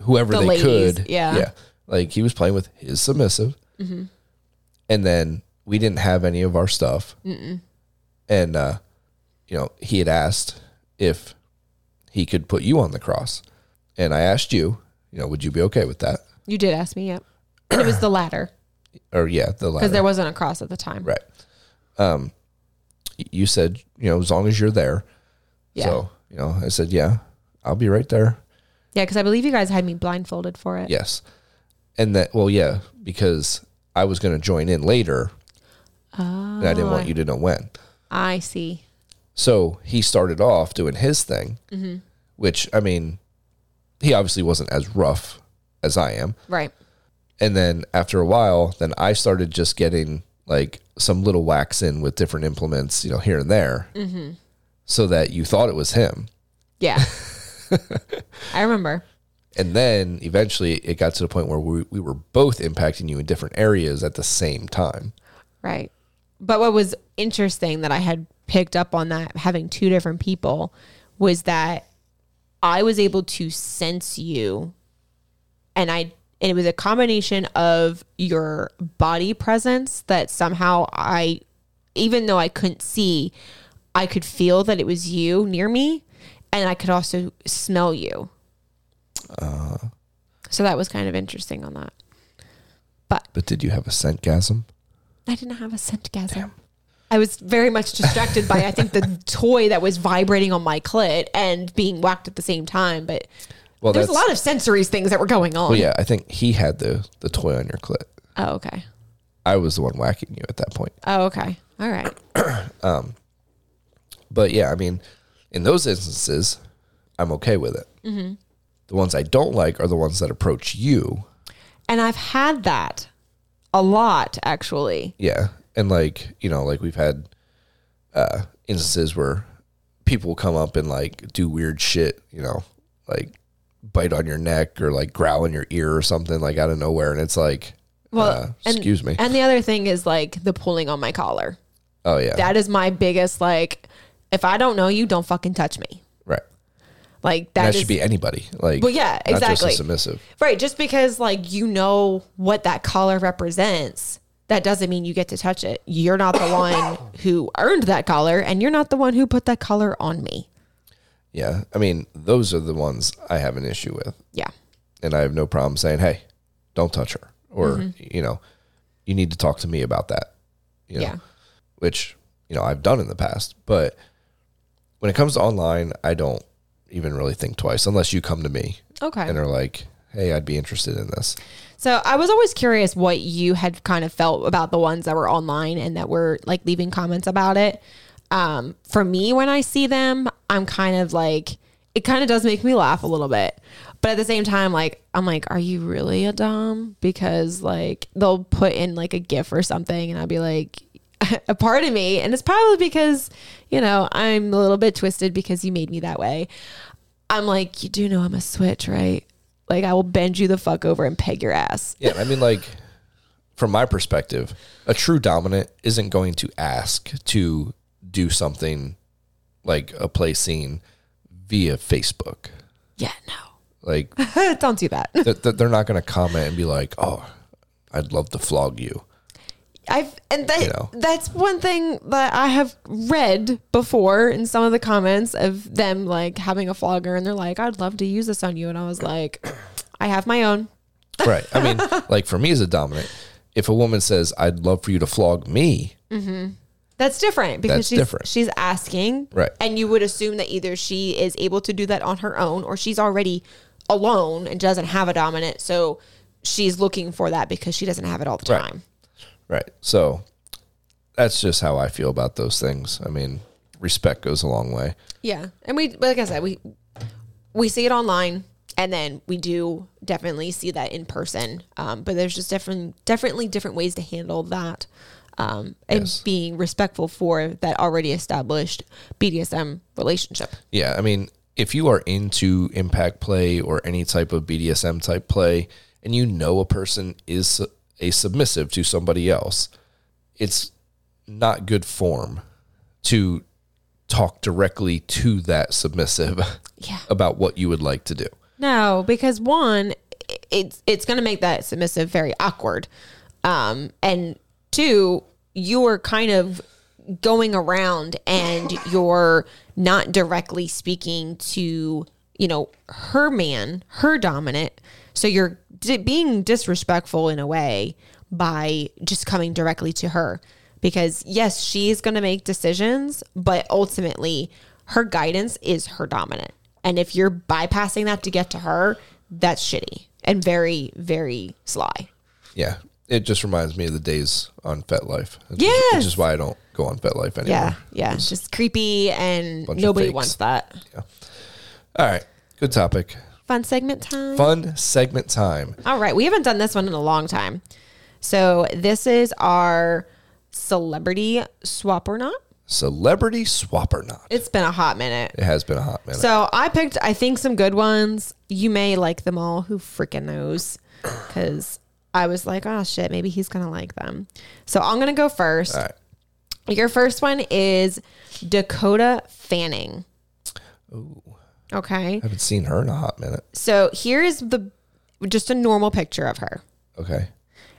Speaker 1: whoever
Speaker 2: The
Speaker 1: they
Speaker 2: ladies,
Speaker 1: could.
Speaker 2: yeah. Mm-hmm.
Speaker 1: Yeah. Like he was playing with his submissive. And then we didn't have any of our stuff. And, uh, you know, he had asked if he could put you on the cross. And I asked you, you know, would you be okay with that?
Speaker 2: You did ask me, yep. And it was the latter
Speaker 1: Or yeah, the
Speaker 2: because
Speaker 1: ladder.
Speaker 2: there wasn't a cross at the time.
Speaker 1: right. Um, y- you said, you know, as long as you're there.
Speaker 2: Yeah.
Speaker 1: So, you know, I said, yeah, I'll be right there.
Speaker 2: Yeah, because I believe you guys had me blindfolded for it.
Speaker 1: Yes. And that, well, yeah, because I was going to join in later
Speaker 2: Oh,
Speaker 1: and I didn't want you to know when.
Speaker 2: Ah, I see.
Speaker 1: So he started off doing his thing, which, I mean, he obviously wasn't as rough as I am.
Speaker 2: Right.
Speaker 1: and then after a while then i started just getting like some little wax in with different implements you know here and there so that you thought it was him
Speaker 2: Yeah. I remember.
Speaker 1: and then eventually it got to the point where we, we were both impacting you in different areas at the same time
Speaker 2: Right. But what was interesting that I had picked up on that having two different people was that I was able to sense you and I and it was a combination of your body presence that somehow I even though I couldn't see I could feel that it was you near me and I could also smell you. so that was kind of interesting on that. But
Speaker 1: but did you have a scentgasm
Speaker 2: I didn't have a scentgasm. I was very much distracted by I think the toy that was vibrating on my clit and being whacked at the same time. But
Speaker 1: well
Speaker 2: there's a lot of sensory things that were going on.
Speaker 1: Oh, well, yeah i think he had the the toy on your clit
Speaker 2: Oh okay.
Speaker 1: i was the one whacking you at that point
Speaker 2: Oh okay. All right.
Speaker 1: But yeah, I mean, in those instances, I'm okay with it.
Speaker 2: Mm-hmm.
Speaker 1: The ones I don't like are the ones that approach you.
Speaker 2: And I've had that a lot actually.
Speaker 1: Yeah. And like, you know, like we've had uh, instances where people will come up and like do weird shit, you know, like bite on your neck or like growl in your ear or something like out of nowhere. And it's like,
Speaker 2: Well,
Speaker 1: uh,
Speaker 2: and,
Speaker 1: excuse me.
Speaker 2: And the other thing is like the pulling on my collar.
Speaker 1: oh, yeah.
Speaker 2: That is my biggest like. If I don't know you, don't fucking touch me.
Speaker 1: right.
Speaker 2: Like
Speaker 1: That,
Speaker 2: that, is
Speaker 1: should be anybody. Like,
Speaker 2: Well, yeah,
Speaker 1: Not just a
Speaker 2: exactly.
Speaker 1: submissive.
Speaker 2: Right. Just because like you know what that collar represents, that doesn't mean you get to touch it. You're not the one who earned that collar and you're not the one who put that collar on me.
Speaker 1: Yeah. I mean, those are the ones I have an issue with.
Speaker 2: Yeah.
Speaker 1: and I have no problem saying, "Hey, don't touch her," or you know, you need to talk to me about that. You know,
Speaker 2: Yeah.
Speaker 1: which you know I've done in the past, but when it comes to online, I don't even really think twice unless you come to me
Speaker 2: Okay.
Speaker 1: and are like, "Hey, I'd be interested in this."
Speaker 2: So I was always curious what you had kind of felt about the ones that were online and that were like leaving comments about it. Um, for me, when I see them, I'm kind of like, it kind of does make me laugh a little bit. But at the same time, like, I'm like, are you really a Dom? Because like they'll put in like a GIF or something and I'll be like, a part of me. And it's probably because, you know, I'm a little bit twisted because you made me that way. I'm like, you do know I'm a switch, right? Like I will bend you the fuck over and peg your ass.
Speaker 1: Yeah, I mean, like from my perspective, a true dominant isn't going to ask to do something like a play scene via Facebook.
Speaker 2: Yeah,
Speaker 1: Like
Speaker 2: no. Don't do that.
Speaker 1: that, that they're not going to comment and be like, "Oh, I'd love to flog you."
Speaker 2: I've and that
Speaker 1: You know.
Speaker 2: that's one thing that I have read before in some of the comments of them like having a flogger and they're like, I'd love to use this on you. And I was like, I have my own.
Speaker 1: Right. I mean, like for me as a dominant, if a woman says, "I'd love for you to flog me,"
Speaker 2: That's different because
Speaker 1: That's
Speaker 2: she's
Speaker 1: different.
Speaker 2: she's asking.
Speaker 1: Right.
Speaker 2: And you would assume that either she is able to do that on her own or she's already alone and doesn't have a dominant. So she's looking for that because she doesn't have it all the
Speaker 1: Right.
Speaker 2: time.
Speaker 1: right. So that's just how I feel about those things. I mean, respect goes a long way.
Speaker 2: Yeah, and we but like I said, we we see it online, and then we do definitely see that in person. Um, but there's just different, definitely different ways to handle that, um, and being respectful for that already established BDSM relationship.
Speaker 1: Yeah, I mean, if you are into impact play or any type of BDSM type play and you know a person is su- a submissive to somebody else, it's not good form to talk directly to that submissive
Speaker 2: Yeah.
Speaker 1: about what you would like to do.
Speaker 2: No, because one, i- it's it's going to make that submissive very awkward, um, and two, you're kind of going around and you're not directly speaking to you know her man, her dominant. So you're di- being disrespectful in a way by just coming directly to her because yes, she's going to make decisions, but ultimately her guidance is her dominant. And if you're bypassing that to get to her, that's shitty and very, very sly.
Speaker 1: Yeah. It just reminds me of the days on FetLife. Which
Speaker 2: Yes.
Speaker 1: Is, which is why I don't go on FetLife anymore.
Speaker 2: Yeah. Yeah. Just creepy and
Speaker 1: Bunch of
Speaker 2: nobody
Speaker 1: fakes.
Speaker 2: wants that.
Speaker 1: All right. Good topic.
Speaker 2: Fun segment time.
Speaker 1: Fun segment time.
Speaker 2: All right. We haven't done this one in a long time. So this is our celebrity swap or not.
Speaker 1: Celebrity swap or not.
Speaker 2: It's been a hot minute.
Speaker 1: It has been a hot minute.
Speaker 2: So I picked, I think, some good ones. You may like them all. Who freaking knows? Because I was like, oh shit, maybe he's gonna like them. So I'm gonna go first.
Speaker 1: All right.
Speaker 2: Your first one is Dakota Fanning. Ooh. Okay.
Speaker 1: I haven't seen her in a hot minute.
Speaker 2: So here is the just a normal picture of her.
Speaker 1: Okay.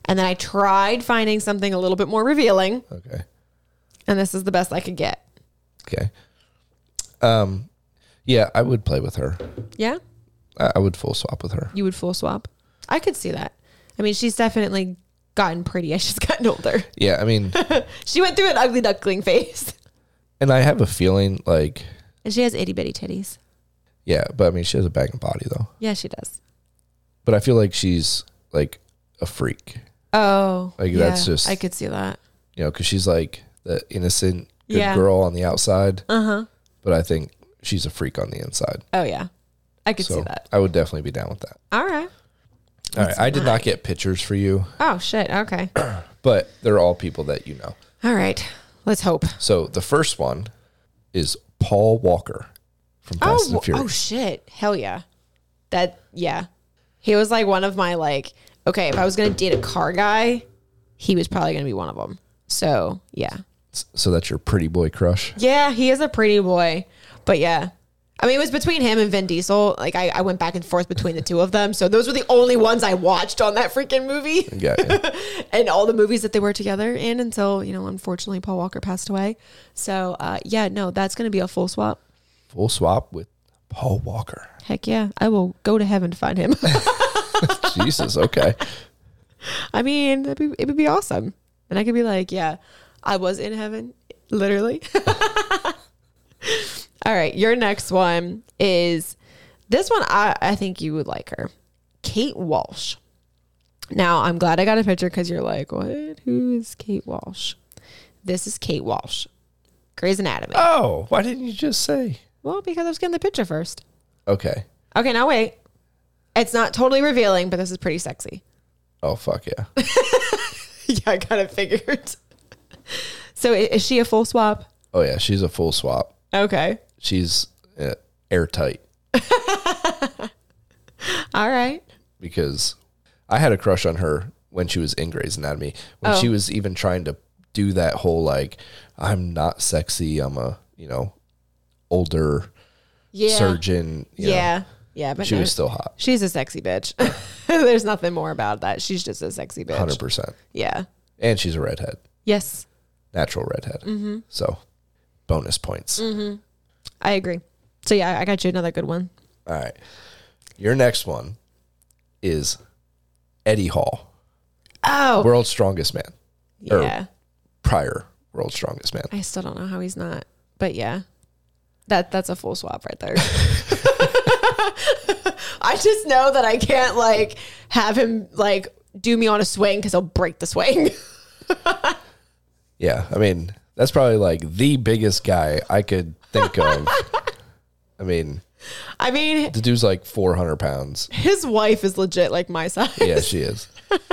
Speaker 2: And then I tried finding something a little bit more revealing,
Speaker 1: Okay.
Speaker 2: and this is the best I could get.
Speaker 1: Okay. Um, yeah, I would play with her.
Speaker 2: Yeah?
Speaker 1: I, I would full swap with her.
Speaker 2: You would full swap. I could see that. I mean, she's definitely gotten pretty as she's gotten older.
Speaker 1: Yeah, I mean,
Speaker 2: She went through an ugly duckling phase.
Speaker 1: and I have a feeling like,
Speaker 2: And she has itty bitty titties.
Speaker 1: yeah, but I mean, she has a bag and body though.
Speaker 2: Yeah, she does.
Speaker 1: But I feel like she's like a freak,
Speaker 2: Oh.
Speaker 1: Like, that's
Speaker 2: yeah,
Speaker 1: just-
Speaker 2: I could see that.
Speaker 1: you know, because she's like the innocent good
Speaker 2: Yeah.
Speaker 1: girl on the outside.
Speaker 2: Uh huh.
Speaker 1: But I think she's a freak on the inside.
Speaker 2: Oh, yeah. I could see
Speaker 1: So
Speaker 2: that.
Speaker 1: I would definitely be down with that.
Speaker 2: All right.
Speaker 1: All right. I did not get pictures for you,
Speaker 2: Oh, shit. Okay.
Speaker 1: but they're all people that you know.
Speaker 2: All right. Let's hope.
Speaker 1: So the first one is Paul Walker from Fast
Speaker 2: Oh,
Speaker 1: and Furious.
Speaker 2: oh, shit. Hell yeah. That, yeah. He was like one of my, like, okay, if I was going to date a car guy, he was probably going to be one of them. So, yeah.
Speaker 1: So that's your pretty boy crush.
Speaker 2: Yeah, he is a pretty boy. But yeah. I mean, it was between him and Vin Diesel. Like, I, I went back and forth between the two of them. So, those were the only ones I watched on that freaking movie
Speaker 1: Yeah, yeah.
Speaker 2: and all the movies that they were together in until, you know, unfortunately, Paul Walker passed away. So, uh, yeah, no, that's going to be a full swap.
Speaker 1: Full swap with Paul Walker.
Speaker 2: Heck yeah. I will go to heaven to find him.
Speaker 1: Jesus. Okay.
Speaker 2: I mean, that'd be, it would be awesome. And I could be like, yeah, I was in heaven, literally. All right. Your next one is this one. I, I think you would like her. Kate Walsh. Now, I'm glad I got a picture because you're like, what? Who is Kate Walsh? This is Kate Walsh, Grey's Anatomy.
Speaker 1: Oh, why didn't you just say?
Speaker 2: Well, because I was getting the picture first.
Speaker 1: Okay.
Speaker 2: Okay, now wait. It's not totally revealing, but this is pretty sexy.
Speaker 1: Oh fuck yeah.
Speaker 2: yeah, I kind of figured. So i- is she a full swap?
Speaker 1: Oh yeah. She's a full swap.
Speaker 2: Okay.
Speaker 1: She's uh, airtight
Speaker 2: All right.
Speaker 1: because I had a crush on her when she was in Grey's Anatomy when she was even trying to do that whole like I'm not sexy. I'm a you know older
Speaker 2: Yeah.
Speaker 1: surgeon. You know.
Speaker 2: Yeah. Yeah, but
Speaker 1: She
Speaker 2: no,
Speaker 1: was still hot.
Speaker 2: she's a sexy bitch. There's nothing more about that. She's just a sexy bitch.
Speaker 1: Hundred percent.
Speaker 2: Yeah.
Speaker 1: And she's a redhead.
Speaker 2: Yes,
Speaker 1: Natural redhead.
Speaker 2: Mm-hmm.
Speaker 1: So bonus points.
Speaker 2: I agree. So yeah, I got you another good one.
Speaker 1: All right. Your next one is Eddie Hall,
Speaker 2: Oh,
Speaker 1: world's strongest man, or-
Speaker 2: yeah.
Speaker 1: prior world's strongest man.
Speaker 2: I still don't know how he's not, but yeah, that that's a full swap right there. I just know that I can't like have him like do me on a swing because he'll break the swing.
Speaker 1: Yeah. I mean, that's probably like the biggest guy I could think of. I mean,
Speaker 2: I mean,
Speaker 1: the dude's like 400 pounds.
Speaker 2: his wife is legit like my size.
Speaker 1: Yeah, she is.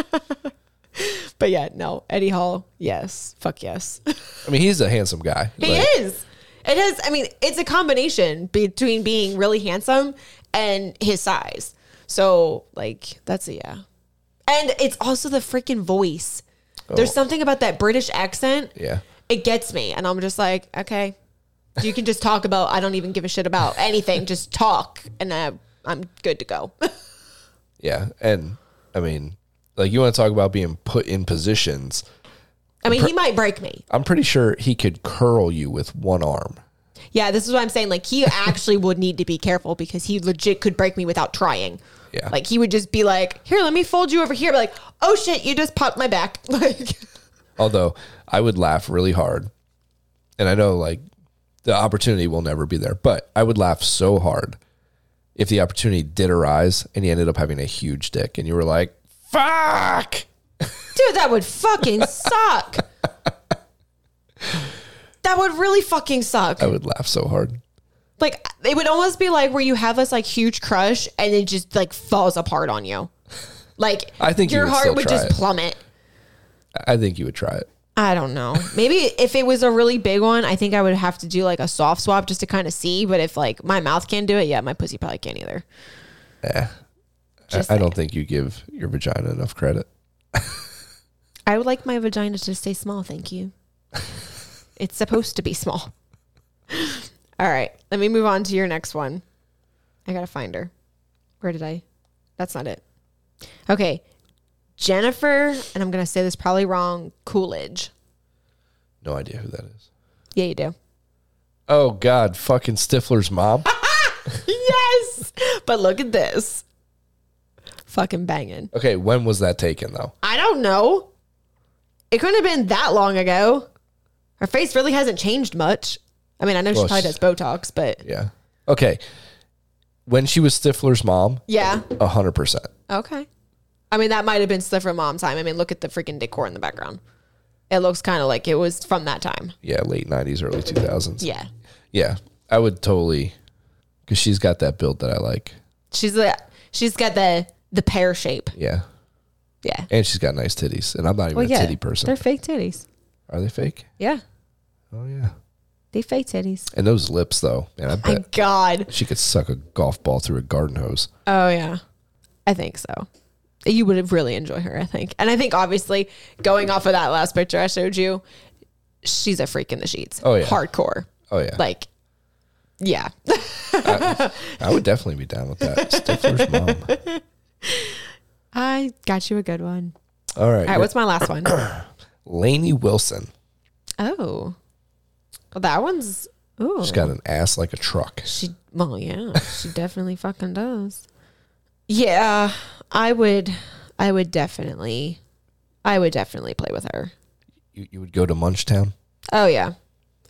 Speaker 2: But yeah, no, Eddie Hall, yes, fuck yes,
Speaker 1: I mean, he's a handsome guy.
Speaker 2: he
Speaker 1: Like,
Speaker 2: is. It is. I mean, it's a combination between being really handsome and his size. So like, that's a yeah. And it's also the freaking voice. There's something about that British accent.
Speaker 1: Yeah.
Speaker 2: It gets me. And I'm just like, okay, you can just talk about, I don't even give a shit about anything. Just talk. And I, I'm good to go.
Speaker 1: Yeah. And I mean, like you want to talk about being put in positions.
Speaker 2: I mean, he might break me.
Speaker 1: I'm pretty sure he could curl you with one arm.
Speaker 2: Yeah, this is what I'm saying. Like, he actually would need to be careful because he legit could break me without trying.
Speaker 1: Yeah.
Speaker 2: Like, he would just be like, here, let me fold you over here. Be like, oh shit, you just popped my back. Like,
Speaker 1: Although I would laugh really hard. And I know like the opportunity will never be there, but I would laugh so hard if the opportunity did arise and you ended up having a huge dick and you were like, fuck.
Speaker 2: dude, that would fucking suck. that would really fucking suck.
Speaker 1: I would laugh so hard.
Speaker 2: Like, it would almost be like where you have this like huge crush and it just like falls apart on you. Like,
Speaker 1: I think you
Speaker 2: your
Speaker 1: would
Speaker 2: heart
Speaker 1: still
Speaker 2: would
Speaker 1: try
Speaker 2: just
Speaker 1: it.
Speaker 2: plummet.
Speaker 1: I think you would try it.
Speaker 2: I don't know. Maybe if it was a really big one, I think I would have to do like a soft swap just to kind of see. But if like my mouth can't do it, yeah, my pussy probably can't either. Just
Speaker 1: I, I don't think you give your vagina enough credit.
Speaker 2: I would like my vagina to stay small. Thank you. it's supposed to be small. All right, let me move on to your next one. I gotta find her. Where did I? That's not it. Okay, Jennifer, and I'm gonna say this probably wrong. Coolidge.
Speaker 1: No idea who that is.
Speaker 2: Yeah, you do.
Speaker 1: Oh God, fucking Stifler's mom.
Speaker 2: yes, but look at this. Fucking banging.
Speaker 1: Okay, when was that taken though?
Speaker 2: I don't know. It couldn't have been that long ago. Her face really hasn't changed much. I mean, I know she
Speaker 1: Well,
Speaker 2: probably
Speaker 1: she's-
Speaker 2: does Botox, but
Speaker 1: Yeah. Okay. When she was Stifler's mom,
Speaker 2: yeah.
Speaker 1: a hundred percent.
Speaker 2: Okay. I mean, that might have been Stiffer mom time. I mean, look at the freaking decor in the background. It looks kind of like it was from that time.
Speaker 1: Yeah, late nineties, early two thousands.
Speaker 2: Yeah.
Speaker 1: Yeah, I would totally, because she's got that build that I like.
Speaker 2: She's the she's got the the pear shape.
Speaker 1: Yeah,
Speaker 2: Yeah.
Speaker 1: and she's got nice titties, and I'm not even a titty person.
Speaker 2: They're fake titties.
Speaker 1: Are they fake?
Speaker 2: Yeah.
Speaker 1: Oh yeah.
Speaker 2: They fake titties.
Speaker 1: And those lips though, man, I
Speaker 2: My
Speaker 1: bet
Speaker 2: God.
Speaker 1: she could suck a golf ball through a garden hose.
Speaker 2: Oh yeah, I think so. You would really enjoy her, I think. And I think obviously, going off of that last picture I showed you, she's a freak in the sheets.
Speaker 1: Oh, yeah.
Speaker 2: hardcore.
Speaker 1: Oh yeah,
Speaker 2: Like, yeah.
Speaker 1: I would definitely be down with that. Stifler's mom.
Speaker 2: I got you a good one.
Speaker 1: All right,
Speaker 2: All right, what's my last one?
Speaker 1: Lainey Wilson.
Speaker 2: Oh, well, that one's. Ooh,
Speaker 1: She's got an ass like a truck.
Speaker 2: she. Well, yeah, she definitely fucking does. Yeah, I would. I would definitely. I would definitely play with her.
Speaker 1: You, you would go to Munchtown.
Speaker 2: Oh yeah,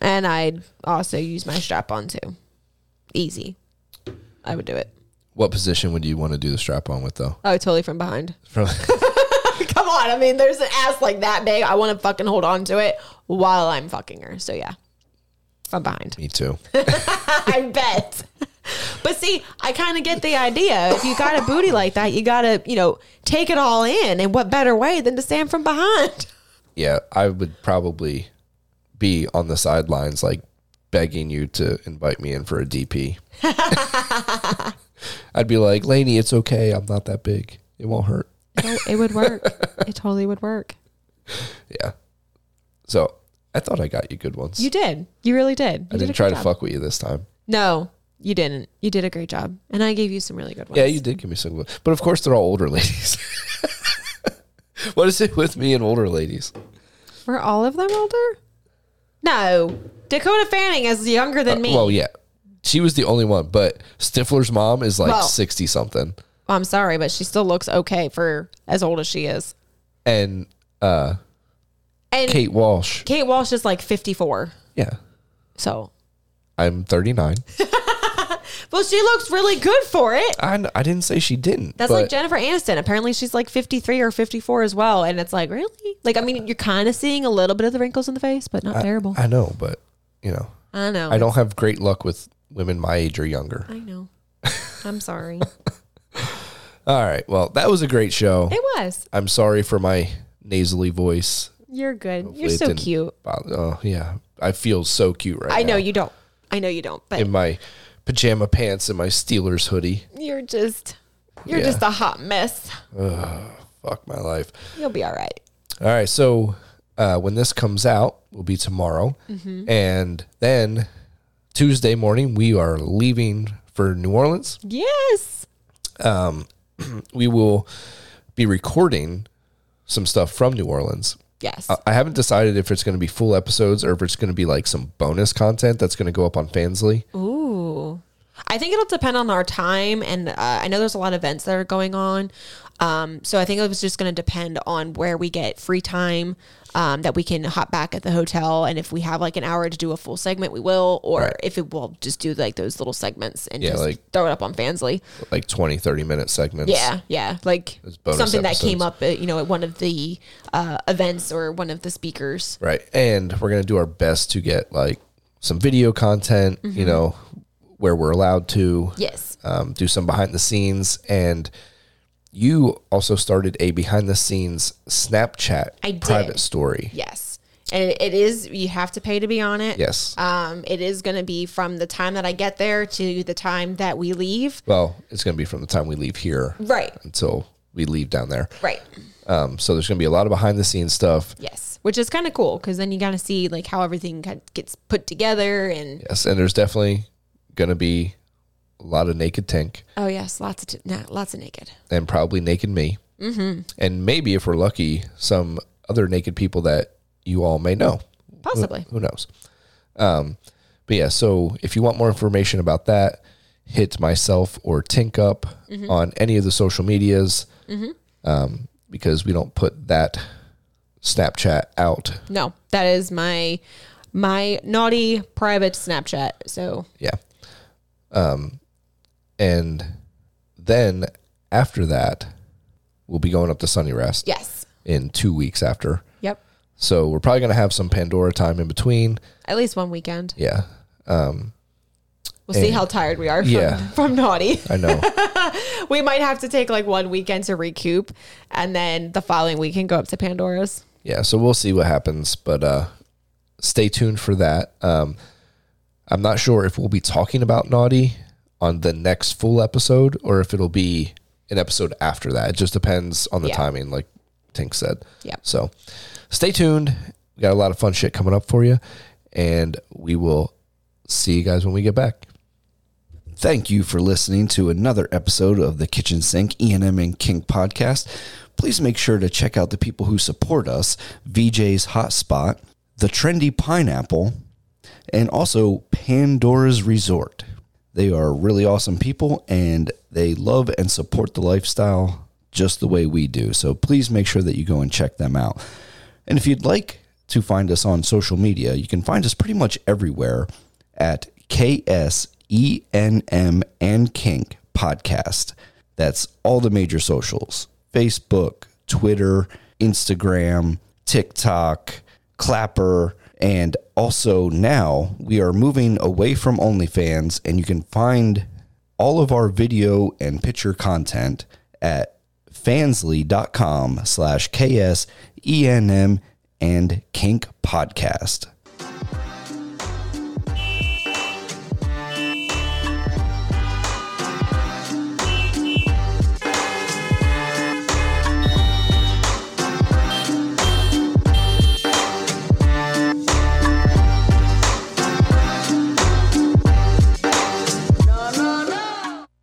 Speaker 2: and I'd also use my strap on too. Easy, I would do it.
Speaker 1: What position would you want to do the strap on with though?
Speaker 2: Oh, totally from behind.
Speaker 1: From,
Speaker 2: Come on, I mean, there's an ass like that big. I want to fucking hold on to it while I'm fucking her. So yeah, from behind.
Speaker 1: me too.
Speaker 2: I bet. But see, I kind of get the idea. If you got a booty like that, you gotta, you know, take it all in. And what better way than to stand from behind?
Speaker 1: Yeah, I would probably be on the sidelines, like begging you to invite me in for a DP. I'd be like, Lainey, it's okay. I'm not that big. It won't hurt.
Speaker 2: it would work. It totally would work.
Speaker 1: Yeah. So I thought I got you good ones.
Speaker 2: You did. You really did. You
Speaker 1: I
Speaker 2: did a
Speaker 1: didn't try to
Speaker 2: good job.
Speaker 1: fuck with you this time.
Speaker 2: No, you didn't. You did a great job. And I gave you some really good ones.
Speaker 1: Yeah, you did give me some. good- But of course, they're all older ladies. what is it with me and older ladies?
Speaker 2: Were all of them older? No. Dakota Fanning is younger than me.
Speaker 1: Uh, Well, yeah. She was the only one, but Stifler's mom is like
Speaker 2: Well-
Speaker 1: 60 something.
Speaker 2: Oh, I'm sorry, but she still looks okay for as old as she is.
Speaker 1: And uh
Speaker 2: And Kate,
Speaker 1: Kate Walsh.
Speaker 2: Walsh is like 54.
Speaker 1: Yeah.
Speaker 2: So,
Speaker 1: I'm 39.
Speaker 2: well, she looks really good for it.
Speaker 1: I, kn- I didn't say she didn't.
Speaker 2: That's
Speaker 1: but
Speaker 2: like Jennifer Aniston. Apparently, she's like 53 or 54 as well. And it's like, really? Like, I mean, you're kind of seeing a little bit of the wrinkles in the face, but not terrible.
Speaker 1: I know, but you know,
Speaker 2: I, know.
Speaker 1: I don't have great luck with women my age or younger.
Speaker 2: I know. I'm sorry.
Speaker 1: All right. Well, that was a great show.
Speaker 2: it was.
Speaker 1: I'm sorry for my nasally voice.
Speaker 2: You're good.
Speaker 1: It
Speaker 2: you're so
Speaker 1: didn't
Speaker 2: cute.
Speaker 1: bother- Oh, yeah. I feel so cute right
Speaker 2: I
Speaker 1: now.
Speaker 2: know you don't. I know you don't, but
Speaker 1: In my pajama pants and my Steelers hoodie.
Speaker 2: you're just you're
Speaker 1: Yeah.
Speaker 2: just a hot mess.
Speaker 1: Fuck my life.
Speaker 2: You'll be all right.
Speaker 1: All right. So uh, when this comes out, will be tomorrow,
Speaker 2: Mm-hmm.
Speaker 1: and then Tuesday morning we are leaving for New Orleans.
Speaker 2: Yes.
Speaker 1: We will be recording some stuff from New Orleans.
Speaker 2: Yes.
Speaker 1: I- I haven't decided if it's going to be full episodes or if it's going to be like some bonus content that's going to go up on Fansly.
Speaker 2: Ooh. I think it'll depend on our time. And uh, I know there's a lot of events that are going on. Um, so I think it was just going to depend on where we get free time um, that we can hop back at the hotel. And if we have like an hour to do a full segment, we will. Or if it will just do like those little segments and
Speaker 1: Yeah,
Speaker 2: just
Speaker 1: like-
Speaker 2: throw it up on Fansly.
Speaker 1: like 20 30 minute segments
Speaker 2: Yeah, yeah, like
Speaker 1: bonus
Speaker 2: something that came
Speaker 1: episodes.
Speaker 2: up, at, you know, at one of the uh, events or one of the speakers.
Speaker 1: right and we're gonna do our best to get like some video content
Speaker 2: Mm-hmm.
Speaker 1: you know where we're allowed to
Speaker 2: Yes,
Speaker 1: um, do some behind the scenes and you also started a behind the scenes snapchat
Speaker 2: I did.
Speaker 1: private story
Speaker 2: yes, and it- it is. You have to pay to be on it.
Speaker 1: yes
Speaker 2: Um, it is going to be from the time that I get there to the time that we leave.
Speaker 1: well it's gonna be from the time we leave here
Speaker 2: Right.
Speaker 1: until we leave down there
Speaker 2: Right.
Speaker 1: um, so there's gonna be a lot of behind the scenes stuff
Speaker 2: Yes, which is kind of cool because then you got to see like how everything kind of gets put together and
Speaker 1: yes and there's definitely gonna be a lot of naked tank
Speaker 2: oh yes, lots of t- nah, lots of naked.
Speaker 1: and probably naked me, mm-hmm. and maybe if we're lucky, some other naked people that you all may know.
Speaker 2: Possibly.
Speaker 1: Who knows? Um, but yeah, so if you want more information about that, hit myself or Tink up on any of the social medias, um, because we don't put that Snapchat out.
Speaker 2: No, that is my my naughty private Snapchat. So
Speaker 1: Yeah. Um, and then after that, we'll be going up to Sunny Rest
Speaker 2: yes,
Speaker 1: in two weeks after.
Speaker 2: yep.
Speaker 1: So we're probably gonna have some Pandora time in between.
Speaker 2: At least one weekend.
Speaker 1: Yeah,
Speaker 2: We'll see how tired we are from,
Speaker 1: Yeah.
Speaker 2: from naughty.
Speaker 1: I know.
Speaker 2: We might have to take like one weekend to recoup and then the following weekend go up to Pandora's.
Speaker 1: yeah, so we'll see what happens, but uh, stay tuned for that. Um, I'm not sure if we'll be talking about naughty on the next full episode or if it'll be an episode after that. It just depends on the
Speaker 2: Yeah.
Speaker 1: timing, like Tink said.
Speaker 2: Yep.
Speaker 1: So stay tuned. We got a lot of fun shit coming up for you, and we will see you guys when we get back.
Speaker 4: Thank you for listening to another episode of the Kitchen Sink E&M and King podcast. Please make sure to check out the people who support us, VJ's Hotspot, The Trendy Pineapple, and also Pandora's Resort. They are really awesome people and they love and support the lifestyle just the way we do. So please make sure that you go and check them out. And if you'd like to find us on social media, you can find us pretty much everywhere at KSENM and Kink Podcast. That's all the major socials Facebook, Twitter, Instagram, TikTok, Clapper. And also now we are moving away from OnlyFans, and you can find all of our video and picture content at
Speaker 1: E
Speaker 4: fansly.com slash KSENM and kink podcast.